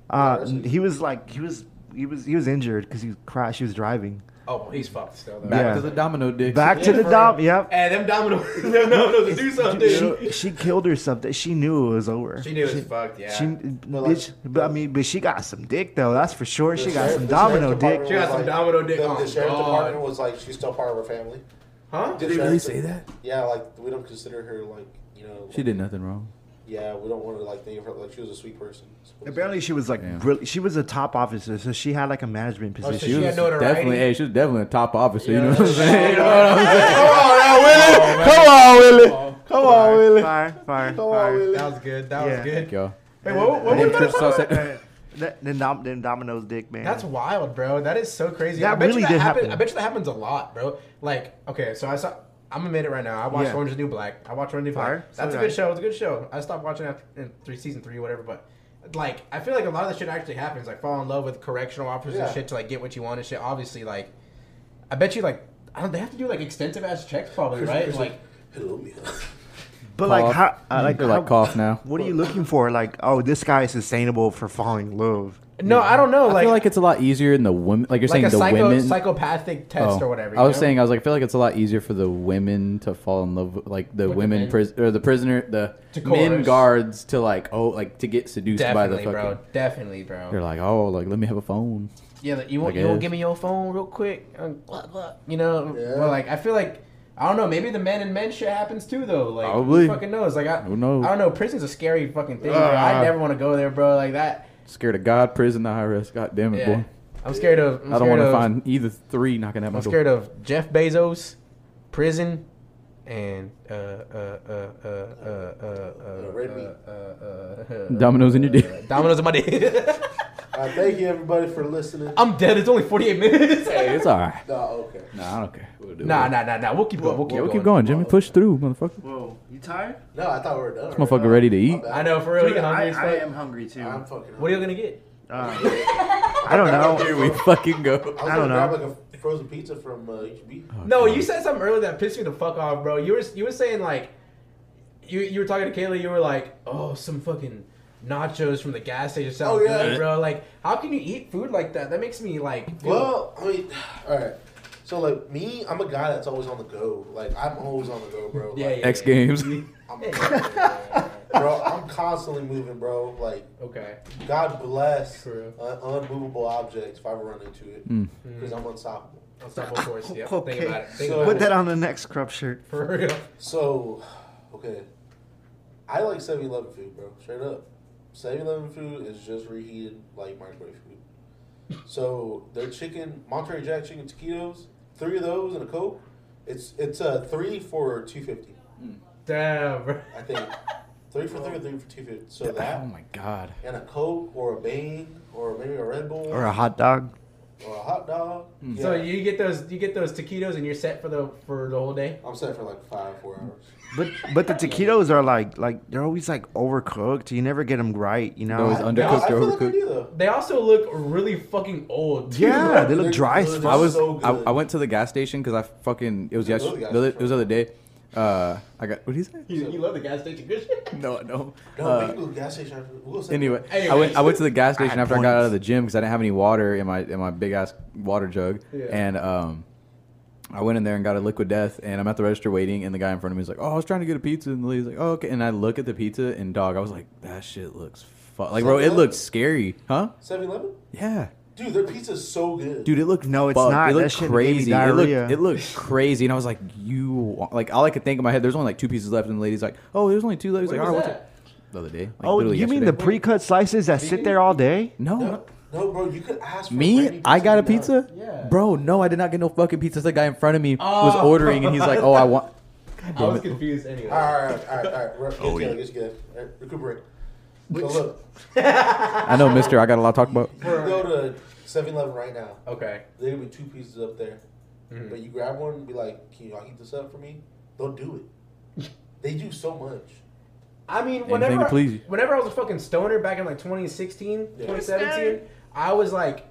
Uh,
Embarrassing.
he was like he was he was he was injured because he crashed. He was driving.
Oh, well, he's fucked still though.
Back
Yeah.
to the domino dick.
Back to the
for
dom.
real.
Yep.
Hey, them dominoes, them dominoes do something. dude.
she, she killed herself. That she knew it was over.
She knew it was fucked, yeah.
She,
like-
bitch, but I mean, but she got some dick though. That's for sure. She
The
got
sheriff-
some
the sheriff
domino dick.
department
She got
was
some
like-
domino dick.
The,
Oh,
the sheriff
God.
department was like, she's still part of her family.
Huh?
The
Did he
sheriff-
really say that?
Yeah, like we don't consider her like you know.
She did nothing wrong.
Yeah, we don't want to like think of her like she was a sweet person.
Apparently, she was like
Yeah.
really. She was a top officer, so she had like a management
so
position.
She had notoriety.
definitely, hey, she was definitely a top officer. You
Yeah.
know what I'm saying? You know what I'm saying?
Come on now, Willie.
Come on, Willie.
Come on, Willie.
fire, fire,
Come on,
fire.
Willie.
That was good. That
Yeah.
was good.
Thank y'all.
Hey, what, what
Hey,
was that?
Chris Sauce-
That- Then, dom, then Domino's dick, man.
That's wild, bro. That is so crazy.
That
I bet
really
you that
did
happen-
happen.
I bet you that happens a lot, bro. Like, okay, so I saw. I'm admit it right now. I watched
Yeah.
Orange is the New Black. I watched Orange is the New
Fire.
Black. That's
So
a
did
good
I.
show. It's a good show. I stopped watching after in three season three, whatever. But like, I feel like a lot of the shit actually happens. Like, fall in love with correctional officers
Yeah.
and shit to like get what you want and shit. Obviously, like, I bet you like. I don't, they have to do like extensive ass checks, probably, right? Like,
Hello, Mia.
but like,
Cough.
how, uh, like,
They're like
how-
cough now.
What are you looking for? Like, oh, this guy is sustainable for falling in love.
no, I don't know.
I
Like,
feel
like,
like it's a lot easier in the women. Like you're saying,
a
the
psycho,
women.
psychopathic test
Oh.
or whatever.
I
you
was
know?
saying, I was like, I feel like it's a lot easier for the women to fall in love, with, like the
With the
women
men.
pris- or the prisoner, the
To
men
coerce.
guards to like, oh, like to get seduced by the
definitely,
fucking.
bro. Definitely, bro.
They're like, oh, like let me have a phone.
Yeah, like, you won't,
I
you won't
guess.
give me your phone real quick. Um, blah, blah. You know,
Yeah.
well, like I feel like I don't know. Maybe the men and men shit happens too, though. Like
Probably.
who fucking knows. Like I
Who knows?
I don't know. Prison's a scary fucking thing. bro. I
Ah.
never want to go there, bro. Like that.
Scared of God, prison, the high risk. God damn it,
Yeah.
boy.
I'm scared of. I'm
I don't
scared
want to
of-
find either three knocking at my
I'm
door.
scared of Jeff Bezos, prison, and uh uh uh uh uh uh uh,
red
uh,
meat.
uh, uh, uh,
Dominoes in your dick.
uh, Dominoes in my dick.
Uh, thank you everybody for listening.
I'm dead. It's only 48 minutes.
Hey, it's all right.
no, okay.
Nah, I don't care. We'll do
Nah,
it.
nah, nah, nah. We'll keep going. We'll keep
Yeah, we'll
going.
keep going, Jimmy. Push through, motherfucker.
Whoa, you tired?
No, I thought we were done. This
motherfucker ready to eat.
I know for real. you hungry as fuck?
hungry too.
I'm fucking.
What are you gonna get?
I don't know.
Here we fucking go.
I was
I don't
gonna
know.
Grab like a frozen pizza from uh, HB.
Oh.
No, you said something earlier that pissed me the fuck off, bro. You were you were saying like, you you were talking to Kayla. You were like, oh, some fucking nachos from the gas station sound
Oh, yeah.
good, bro. Like, how can you eat food like that? That makes me like. feel-
Well, I mean, all right. So like me, I'm a guy that's always on the go. Like I'm always on the go, bro.
yeah,
Like,
yeah,
X
yeah.
Games.
I'm, bro, I'm constantly moving, bro. Like,
Okay.
God bless
True.
an unmovable object if I ever run into it
Mm.
because I'm unstoppable.
Unstoppable force. Yep.
Okay.
Think about it. Think
So-
about
Put
it.
that on the next crop shirt.
For real.
So, okay. I like 7 Eleven food, bro. Straight up. 7 Eleven food is just reheated like microwave food. So, their chicken, Monterey Jack chicken taquitos, three of those and a Coke. It's it's uh, three for 250
Damn, bro.
I think. three for three or three for 250 So,
Oh
that
my god.
and a Coke or a Bane or maybe a Red Bull
Or a Hmm. hot dog.
or a hot dog. Yeah,
So you get those you get those taquitos and you're set for the for the whole day.
I'm set for like five, four hours.
But but the taquitos are like like they're always like overcooked. You never get them right. You know.
Those
I-
un-
no, I
Undercooked or
feel like I
overcooked?
do, though.
They also look really fucking old. Too.
yeah, they look
They're
dry as
good.
fuck.
I was
so
I,
good.
I went to the gas station because I fucking it was
Yeah, I love
yesterday
the gas
the other, it
station.
was the other day. Uh, I got what did he say?
You, you love the gas station, good shit.
No, no.
No,
Uh,
we can go to the gas station. after- We'll go sit-
Anyway, I went I went to the gas
I
station
had
after I got out
points.
of the gym because I didn't have any water in my in my big ass water jug,
Yeah.
and um, I went in there and got a liquid death, and I'm at the register waiting, and the guy in front of me is like, "Oh, I was trying to get a pizza," and the lady's like, "Oh, okay," and I look at the pizza, and dog, I was like, "That shit looks fu- like, bro, it
Seven-Eleven?
looked scary, huh?"
7-Eleven?
Yeah.
Dude, their pizza's so good.
Dude, it looked
No, it's
fucked.
not.
It
That
looked
shit gave me
crazy. It looked,
diarrhea.
it looked crazy, and I was like, "You wa- like all I could think in my head." There's only like two pieces left, and the lady's like, "Oh, there's only two left." I was
When
like,
was
"All right, what's
that?
it?" The other day. Like,
oh, you
literally
mean the
yesterday.
pre-cut slices that sit there all day?
No,
no,
no.
no, bro, you could ask for a
Me?
Randy
I got a
pizza.
pizza?
Yeah.
Bro, no, I did not get no fucking pizza. The guy in front of me was
Oh.
ordering, and he's like, "Oh, I want."
I was confused anyway.
All right, all right, all right, all right. Get together, get together. All right, recuperate. So look,
I know, Mister. I got a lot to talk about.
you go to 7-Eleven right now.
Okay.
There'll be two pizzas up there.
Mm-hmm.
But you grab one and be like, can y'all heat this up for me? They'll do it. they do so much.
I mean,
Anything to
whenever,
please you.
whenever I was a fucking stoner back in like 2016,
Yeah.
2017, I was like,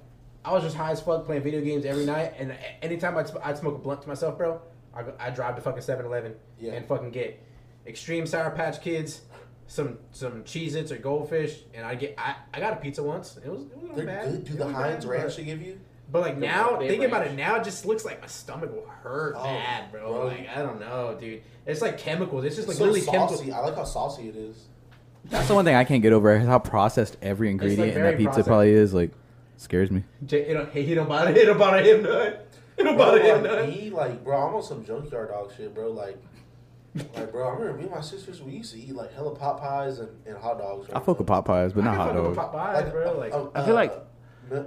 I was just high as fuck playing video games every night. And a- anytime I'd, sm- I'd smoke a blunt to myself, bro, I'd, go- I'd drive to fucking 7 Eleven
Yeah.
and fucking get Extreme Sour Patch Kids, some some Cheez Its or Goldfish. And I get, I, I got a pizza once. It was, it wasn't
They're
bad.
good. Do
It
the
wasn't
Heinz
bad,
ranch
but-
they give you?
But like now,
Big
thinking about it
ranch.
now, it just looks like my stomach will hurt
Oh,
bad, bro.
bro.
Like I don't know, dude. It's like chemicals. It's just like
It's so
literally
saucy.
chemicals.
I like how saucy it is.
That's the one thing I can't get over is how processed every ingredient in
very
that pizza
processed.
probably is. Like, scares me.
J- it don't, hey, he don't bother. He don't bother him none. Oh, He don't
Bro,
bother him
like,
none.
me, like, bro, I'm on some junkyard dog shit, bro. Like, like, bro, I remember me and my sisters, we used to eat like hella pot pies and, and hot dogs.
I fuck with Popeyes, but not
I
hot
can fuck with
dogs.
Popeyes, bro. Like,
uh,
I feel like-
uh, Ma-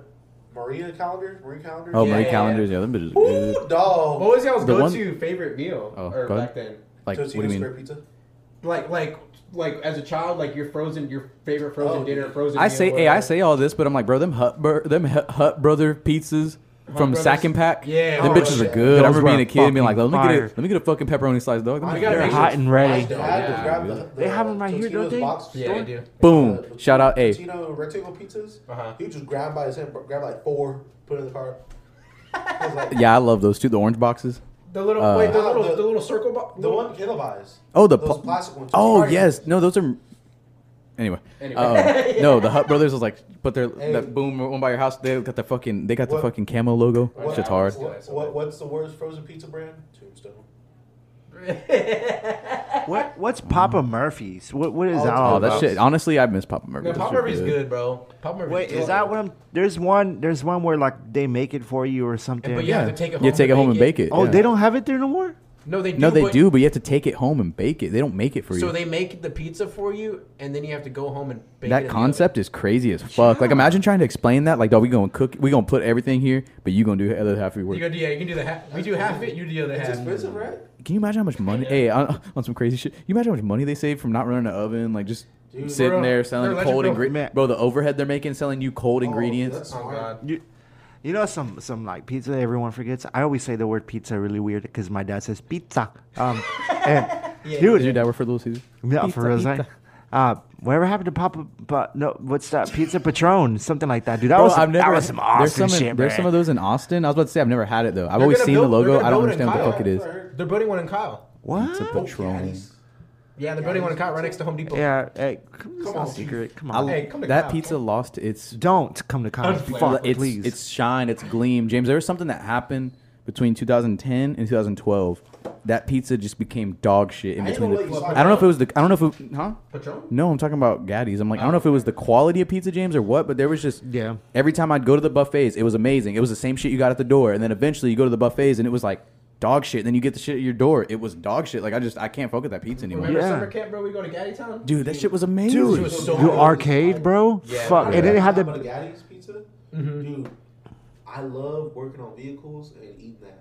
Maria Calendar, Maria Calendar.
Oh,
Yeah,
my
yeah,
calendars. Yeah, them bitches. are
Ooh,
good.
dog.
what was y'all's
The one-
go-to favorite meal
Oh,
or
go
back
ahead.
then?
Like, what do you
Totino's
mean?
square pizza.
Like, like, like as a child, like your frozen, your favorite frozen
Oh,
dinner,
dude.
frozen.
I
meal,
say, hey,
whatever.
I say all this, but I'm like, bro, them Hut, bro, them Hut Hut Brother pizzas from
Brothers?
Sack and Pack.
Yeah,
them
bro.
bitches are
Yeah.
good. I
Those
remember being
were
a kid and being like,
fucking
let me get a,
fire.
let me get a fucking pepperoni slice, dog. Them
I
bitches
gotta
are
They're
make
good.
sure-
hot and
My
ready.
dad would
yeah,
grab
dude.
the- the
They have 'em right here, don't
Totino's
they?
box
Yeah,
store,
they do.
Boom.
the
Shout out, hey.
Totino rectangle pizzas.
Uh-huh.
He would just grab by his hand, bro, grab like four, put it in the car. It was like,
Yeah, I love those two, the orange boxes.
the little,
uh,
wait, the little,
the-
the, little circle box,
The one Caleb buys.
Oh, the
Those
pl-
plastic ones.
Oh
Sorry.
yes, no, those are. Anyway,
Anyway.
Um, no, the Hut Brothers was like, but they're
Hey.
that boom one by your house. They got the fucking they got the
What-
fucking camo logo. That
What-
shit's hard.
What, what- what's the worst frozen pizza brand? Tombstone.
What what's Papa Murphy's? What what is
Oh,
that?
dude.
all
Oh,
Oh,
that
about?
shit. Honestly, I miss Papa Murphy.
No, Pop Murphy's good, bro. Pop Murphy's
Wait,
good.
is that what I'm? There's one. There's one where like they make it for you or something.
But you have to take it home.
You take it home and bake it.
Oh,
yeah.
they don't have it there no more.
No, they do.
No, they
but-
do, but you have to take it home and bake it. They don't make it for you.
So they make the pizza for you, and then you have to go home and bake it in
that
the
concept is crazy as fuck. Like, imagine trying to explain that. Like, dog, we gonna cook, we gonna put everything here, but you gonna do the other half of your
oven.
work.
You gotta, yeah, you can do the half. We do half it. You do the other
It's
half.
expensive, right?
Can you imagine how much money? Hey, on, on some crazy shit. You imagine how much money they save from not running an oven, like just
Dude,
sitting
bro,
there
they're
selling
electric,
cold
bro.
Man.
ingredients. Bro, the overhead they're making selling you cold
Oh,
ingredients.
that's
Oh
smart.
god.
You, you know some some like pizza that everyone forgets. I always say the word pizza really weird because my dad says pizza. Um, and
Dude, your
dude,
dad work for Little Caesar?
yeah, for real, Zach. Uh, whatever happened to Papa? But no, what's that? Pizza Patron, something like that, dude. That
Bro,
was some,
I've never.
that was some awesome
there's some.
shit,
in, there's
man.
some of those in Austin. I was about to say I've never had it though. I've
They're
always
gonna
seen the
build- they're
logo.
gonna
I don't
build it in
understand what the fuck it
Kyle.
is.
They're building one in Kyle. Oh,
It's a
what?
Patron.
Yeah, they're building one in Kyle right next to Home Depot.
Yeah, hey, come, it's
Come
not
on.
secret. Come
I-
on,
Hey, come to
that
Kyle.
pizza lost its
don't come to college.
Unflavorful.
Fuck,
it's
please.
its shine, its gleam. James, there was something that happened between 2010 and 2012 that pizza just became dog shit in
I ain't
between. the,
gonna let you
I
slide
don't know if
that.
it was the. I don't know if it. Huh?
Patron?
No, I'm talking about Gaddy's. I'm like, I don't know if it was the quality of pizza, James, or what, but there was just
Yeah.
Every time I'd go to the buffets, it was amazing. It was the same shit you got at the door, and then eventually you go to the buffets, and it was like dog shit. And then you get the shit at your door, it was dog shit. Like I just I can't fuck with that pizza anymore.
Remember
Yeah.
summer camp, bro? We go to Gaddy Town.
Dude, that shit was amazing.
Dude,
was so
the
good.
arcade, bro.
Yeah,
Fuck,
bro.
and then it had
Papa
the.
Gaddy's pizza.
Mm-hmm.
Dude, I love working on vehicles and eating that.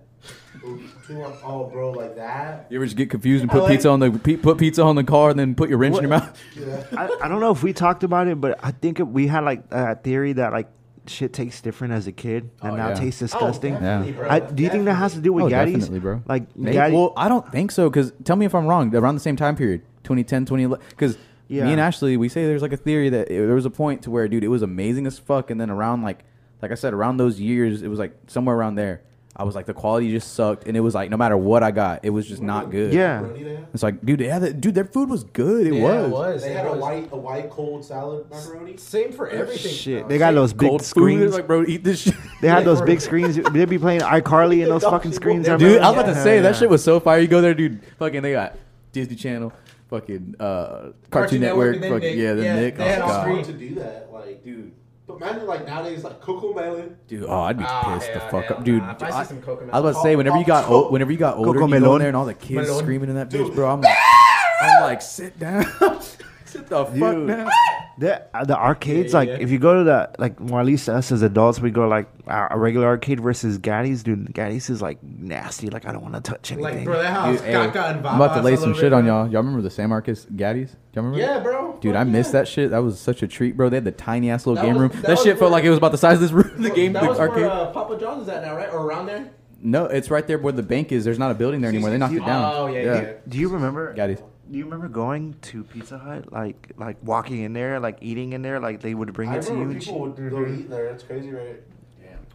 Two on- oh, bro, like that.
You ever just get confused and put
like-
pizza on the pe- put pizza on the car, and then put your wrench in your
What-
mouth?
I, I don't know if we talked about it, but I think it, we had like a theory that like shit tastes different as a kid and
Oh,
now
yeah.
tastes
Oh,
disgusting.
definitely, bro.
I, do you think that has to do with
Oh,
Gaddy's?
definitely, bro.
Like
Maybe-
Gaddy,
well, I don't think so. Because tell me if I'm wrong. Around the same time period, 2010, 2011. Because
Yeah.
me and Ashley, we say there's like a theory that it- there was a point to where, dude, it was amazing as fuck, and then around like, like I said, around those years, it was like somewhere around there. I was like, the quality just sucked, and it was like, no matter what I got, it was just not good.
yeah.
Brownie they had?
It's like, dude, yeah, that, dude, their food was good. It
Yeah,
was.
it was.
They
It
had a
was.
white, a white cold salad macaroni.
Same for everything.
Shit,
bro.
they got
Same-
those big
Cold food.
screens.
It's like, bro, eat this shit.
they had
Yeah,
those
for
big
real.
screens. They'd be playing iCarly in those fucking screens. I
Dude,
remember.
I was about to
Yeah.
say that shit was so fire. You go there, dude. Fucking, they got Disney Channel, fucking uh, Cartoon, Network,
and then
fucking,
Nick.
yeah, the
Yeah,
Nick.
they
Oh,
had all
God.
three.
want to do that, like, dude.
dude,
But imagine like nowadays, like Cocomelon.
dude, oh, I'd be
Ah,
pissed the
hell,
fuck
hell
up, dude.
nah. If I see
I,
some coconut-
I was about to say whenever you got old, whenever you got older,
Coco
and you go
melon.
in there and all the kids
Melon.
screaming in that bitch,
Dude.
bro. I'm like, I'm like, sit down, sit the fuck
Dude.
down.
The, uh, the arcades,
Yeah,
like
yeah, yeah.
if you go to the like, well, at least us as adults, we go like uh, a regular arcade versus Gaddy's. Dude, Gaddy's is like nasty. Like I don't want to touch anything.
Like, bro, that
Dude,
house
hey,
got got
I'm
involved.
about to lay some shit on
bro.
y'all. Y'all remember the San Marcus Gaddies? Y'all remember?
Yeah, bro.
Dude,
Fuck
I missed
yeah.
that shit. That was such a treat, bro. They had the tiny ass little
That
game
was-
room.
that
That,
was
shit felt
where-
like it was about the size of this room. The game,
That
the
was
arcade.
where uh, Papa John's is at now, right? Or around there?
No, it's right there where the bank is. There's not a building there anymore. They knocked it down.
Oh, yeah, yeah.
Do you remember?
Got it.
Do you remember going to Pizza Hut, like like walking in there, like eating in there, like they would bring
I
it to you?
remember
and
people
shit?
would go eat there. That's crazy, right?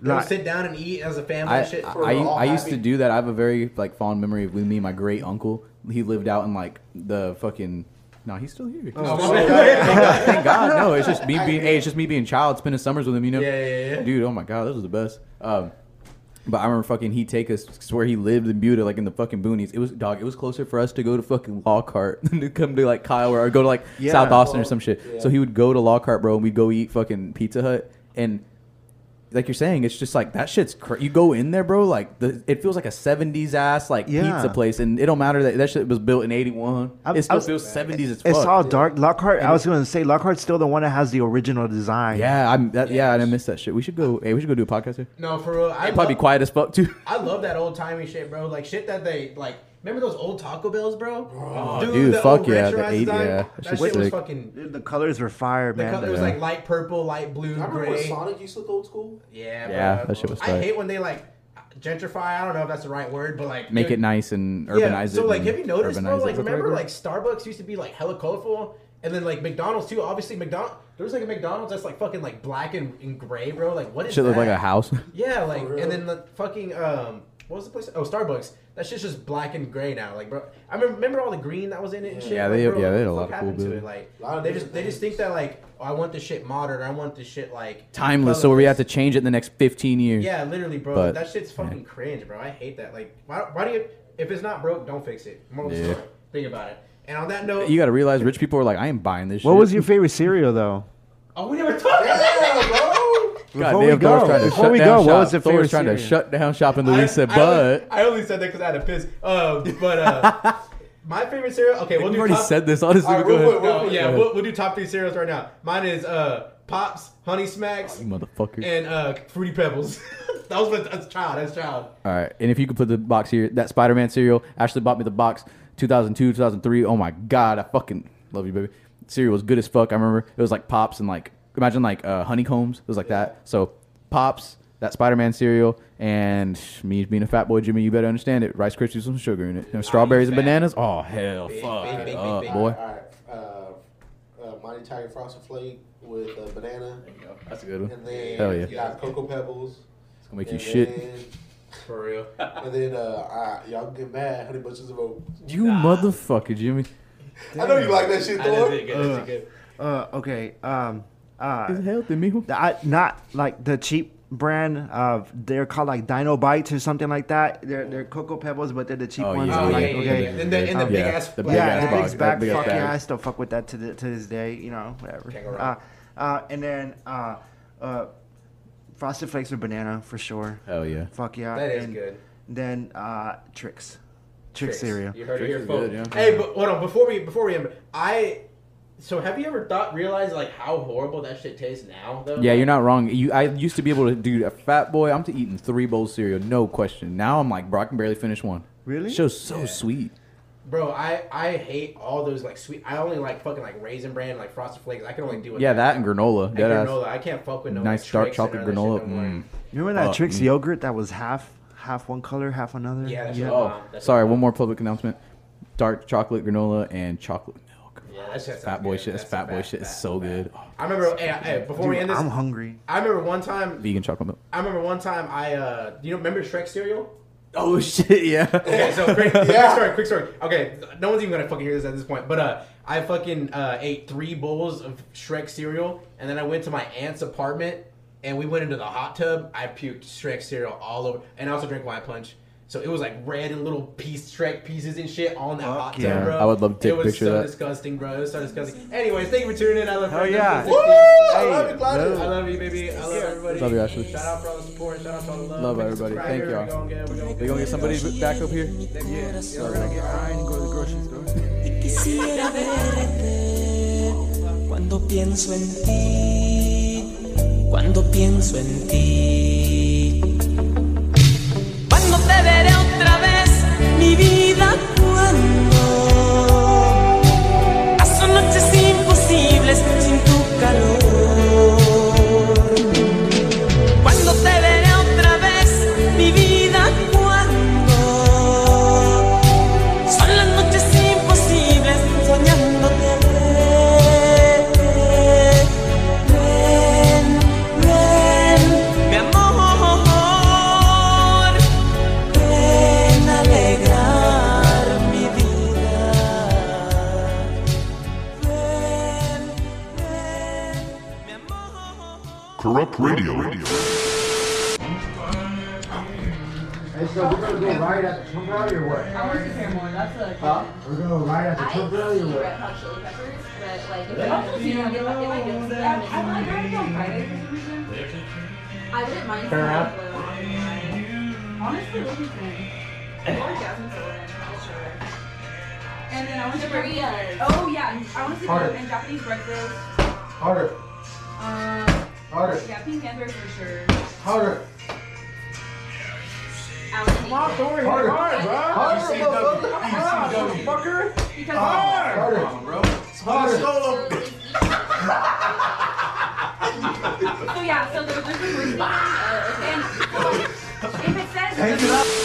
Go
Like-
sit down and eat as a family
I,
and shit.
for
I,
all
I used to
happy.
do that. I have a very like fond memory of with me, and my great uncle. He lived out in like the fucking. No, he's still here. Thank God. No, it's just me being. Hey, it's just me being child, spending summers with him. You know.
Yeah, yeah, yeah.
Dude, oh my God, those are the best. Um, but I remember fucking he take us 'cause where he lived in Buda, like in the fucking boonies. It was dog. It was closer for us to go to fucking Lockhart than to come to like Kyle or go to like
Yeah.
South Austin or some shit.
Yeah.
So he would go to Lockhart, bro, and we'd go eat fucking Pizza Hut and like you're saying, it's just like that shit's. Cra- you go in there, bro. Like the, it feels like a '70s ass like
Yeah.
pizza place, and it don't matter that that shit was built in '81.
I-
It
I
still
was-
feels '70s as fuck.
It's all dark. Lockhart. I was gonna say Lockhart's still the one that has the original design.
yeah, I'm. That, Yeah, I didn't miss that shit. We should go. Hey, we should go do a podcast here.
No, for real. I
It'd probably be
love-
quiet as fuck too.
I love that old timey shit, bro. Like shit that they like. Remember those old Taco Bells, bro?
Oh, dude,
the
fuck
old
yeah, the
rancherized
eight-
design,
yeah,
That
that's
shit
just
was
sick.
fucking.
Dude, the colors were fire,
The
man.
color was like light purple, light blue,
I remember when
gray.
Sonic used to look old school.
Yeah,
Yeah,
bro.
that shit was
I
tight.
hate when they like gentrify. I don't know if that's the right word, but like
Make
dude,
it nice and urbanize
Yeah.
it.
So like,
and
have you noticed, bro?
urbanize it.
Like,
That's
remember
right,
like Starbucks used to be like hella colorful, and then like McDonald's too. Obviously, McDonald there was like a McDonald's that's like fucking like black and, and gray, bro. Like what
bro?
is
shit
that?
looked like a house.
Yeah, like
real?
and then the fucking um, what was the place? Oh, Starbucks. That shit's just black and gray now. Like, bro, I remember, remember all the green that was in it. And shit.
Yeah,
Like,
they-
bro,
yeah,
what
they had a
the fuck
lot of cool
happened to
build.
it? Like,
A lot of
they
different
just they just think that like, oh, I want this shit modern. or I want this shit like
Timeless. So we have
colorless.
to change it in the next 15 years.
Yeah, literally, bro.
But-
that shit's fucking cringe, bro. I hate that. Like, why, why do you? If it's not broke, don't fix it. Moral of the
Yeah.
story. Think about it. And on that note,
You got to realize, rich people are like, I ain't buying this.
what
shit.
was your favorite cereal though?
oh, we never talked about
Yeah,
that.
bro.
God
Before
damn,
we go,
Thor's trying to
before
shut
we
down
go,
shop.
what was the
Thor's
favorite
trying to
cereal?
shut down shop in Luis said,
I, I only,
but
I only said that because I had to piss. Um, but uh, my favorite cereal. Okay, we'll
we've
do.
already
top-
said this. Honestly,
All right,
go
real
ahead.
quick,
No, yeah,
Go
we'll, we'll do top three cereals right now. Mine is uh, Pops, Honey Smacks,
Oh, You motherfucker.
and uh, Fruity Pebbles. that was when- as a child. As a child.
All Ah, right, and if you could put the box here, that Spider-Man cereal. Ashley bought me the box, 2002, 2003. Oh my god, I fucking love you, baby. Cereal was good as fuck. I remember it was like pops and like imagine like uh, honeycombs. It was like that. So pops, that Spider-Man cereal, and me being a fat boy, Jimmy, you better understand it. Rice Krispies with some sugar in it, You know, strawberries and
fat.
bananas. Oh hell, fuck
big,
it
big,
up,
big, big.
boy.
All right, uh, uh, Mighty Tiger Frosted Flake with a banana,
That's a good one.
and then
Hell yeah.
you got Cocoa Pebbles.
It's gonna make you
and
shit.
then-
For real.
And then uh, I, y'all can get mad, honey bunches of oats.
You motherfucker, Jimmy.
I know you like that shit, Thor.
Uh, okay. Um. Uh.
It's healthy, mijo.
I, not like the cheap brand of they're called like Dino Bites or something like that. They're they're cocoa pebbles, but they're the cheap
Oh,
ones.
yeah,
I'm
Oh, yeah,
like,
yeah, yeah.
okay.
yeah. And the, and the
Yeah,
big ass.
the big
Yeah,
ass
the
box,
big
that
bag,
big ass
fuck yeah,
bag.
I still fuck with that to the, to this day, you know, whatever.
Can't go
Uh,
wrong.
uh, and then uh, uh, Frosted Flakes with banana for sure.
Hell yeah.
Fuck yeah,
That is
and
good.
Then uh, Trix, Trix cereal.
You heard it
Tricks
here,
is
folks.
good, yeah.
Hey, but hold on. Before we before we end, I. So have you ever thought realized like how horrible that shit tastes now though?
Yeah, you're not wrong. You, I used to be able to do a fat boy. I'm to eating three bowls of cereal, no question. Now I'm like, bro, I can barely finish one.
Really?
This show's so
Yeah.
sweet.
Bro, I I hate all those like sweet. I only like fucking like raisin bran, like frosted flakes. I can only do it.
Yeah, that and granola.
And
Dead ass.
granola. I can't fuck with no
nice
like,
dark
Trix and
chocolate
other shit
granola.
no more.
mm.
Remember that
Oh,
Trix
mm.
yogurt that was half half one color, half another?
Yeah, that's what-
Oh,
that's
sorry.
what-
One more public announcement: dark chocolate granola and chocolate milk.
Yeah, that shit.
Fat boy shit. That's fat boy shit. It's so good.
I remember. Hey, hey before we
Dude,
end this,
I'm hungry.
I remember one time.
Vegan chocolate milk.
I remember one time. I uh, you know, remember Shrek cereal?
Oh shit! Yeah.
Okay, so quick, quick
Yeah.
story, quick story. Okay, no one's even gonna fucking hear this at this point. But uh, I fucking uh, ate three bowls of Shrek cereal, and then I went to my aunt's apartment, and we went into the hot tub. I puked Shrek cereal all over, and I also drank Wine Punch. So it was like red and little piece Shrek pieces and shit on that hot tub,
yeah.
bro.
I would love to take
It
a
was
picture
so
of that.
disgusting, bro. It was so disgusting. Anyways, thank you for tuning in. I love.
Hell
Friends
yeah.
360.
I love you,
Hey,
Gladys.
I love you, baby. I love everybody.
Love you, Ashley.
Shout out for all the support. Shout out for all the love.
Love
Make a
everybody. Thank
subscriber.
y'all.
We gonna get- we gonna
We gonna get somebody back up here?
Quisiera verte cuando pienso en ti, cuando pienso en ti. Cuando te veré otra vez, mi vida, cuando. A son noches imposibles sin tu calor. Cuando te veré otra vez, mi vida, cuando. Son las noches imposibles soñándote ven, ven, ven, mi amor, ven a alegrar mi vida, ven, ven, mi amor.
Corrupt Radio. Radio.
so we're gonna go right at the Trump rally or
Oh,
what?
I wanted to hear more. That's a.
We're gonna go right at the
I
Trump
see
rally or
Red
what?
Hot Chili Peppers, but like if I don't see them, if I if I don't see them, it's- I'm like right on Friday for some reason. I wouldn't mind.
Fair enough.
seeing- Honestly, looking for
And then I want to bring.
Korea.
Oh yeah, I want to
Harder.
do and Japanese breakfast.
Harder,
Um,
harder,
yeah, Pink Panther for sure.
harder.
Alan Walker.
Harder, harder,
Harder, motherfucker!
Because
solo.
so yeah, so there's different reasons. And if it says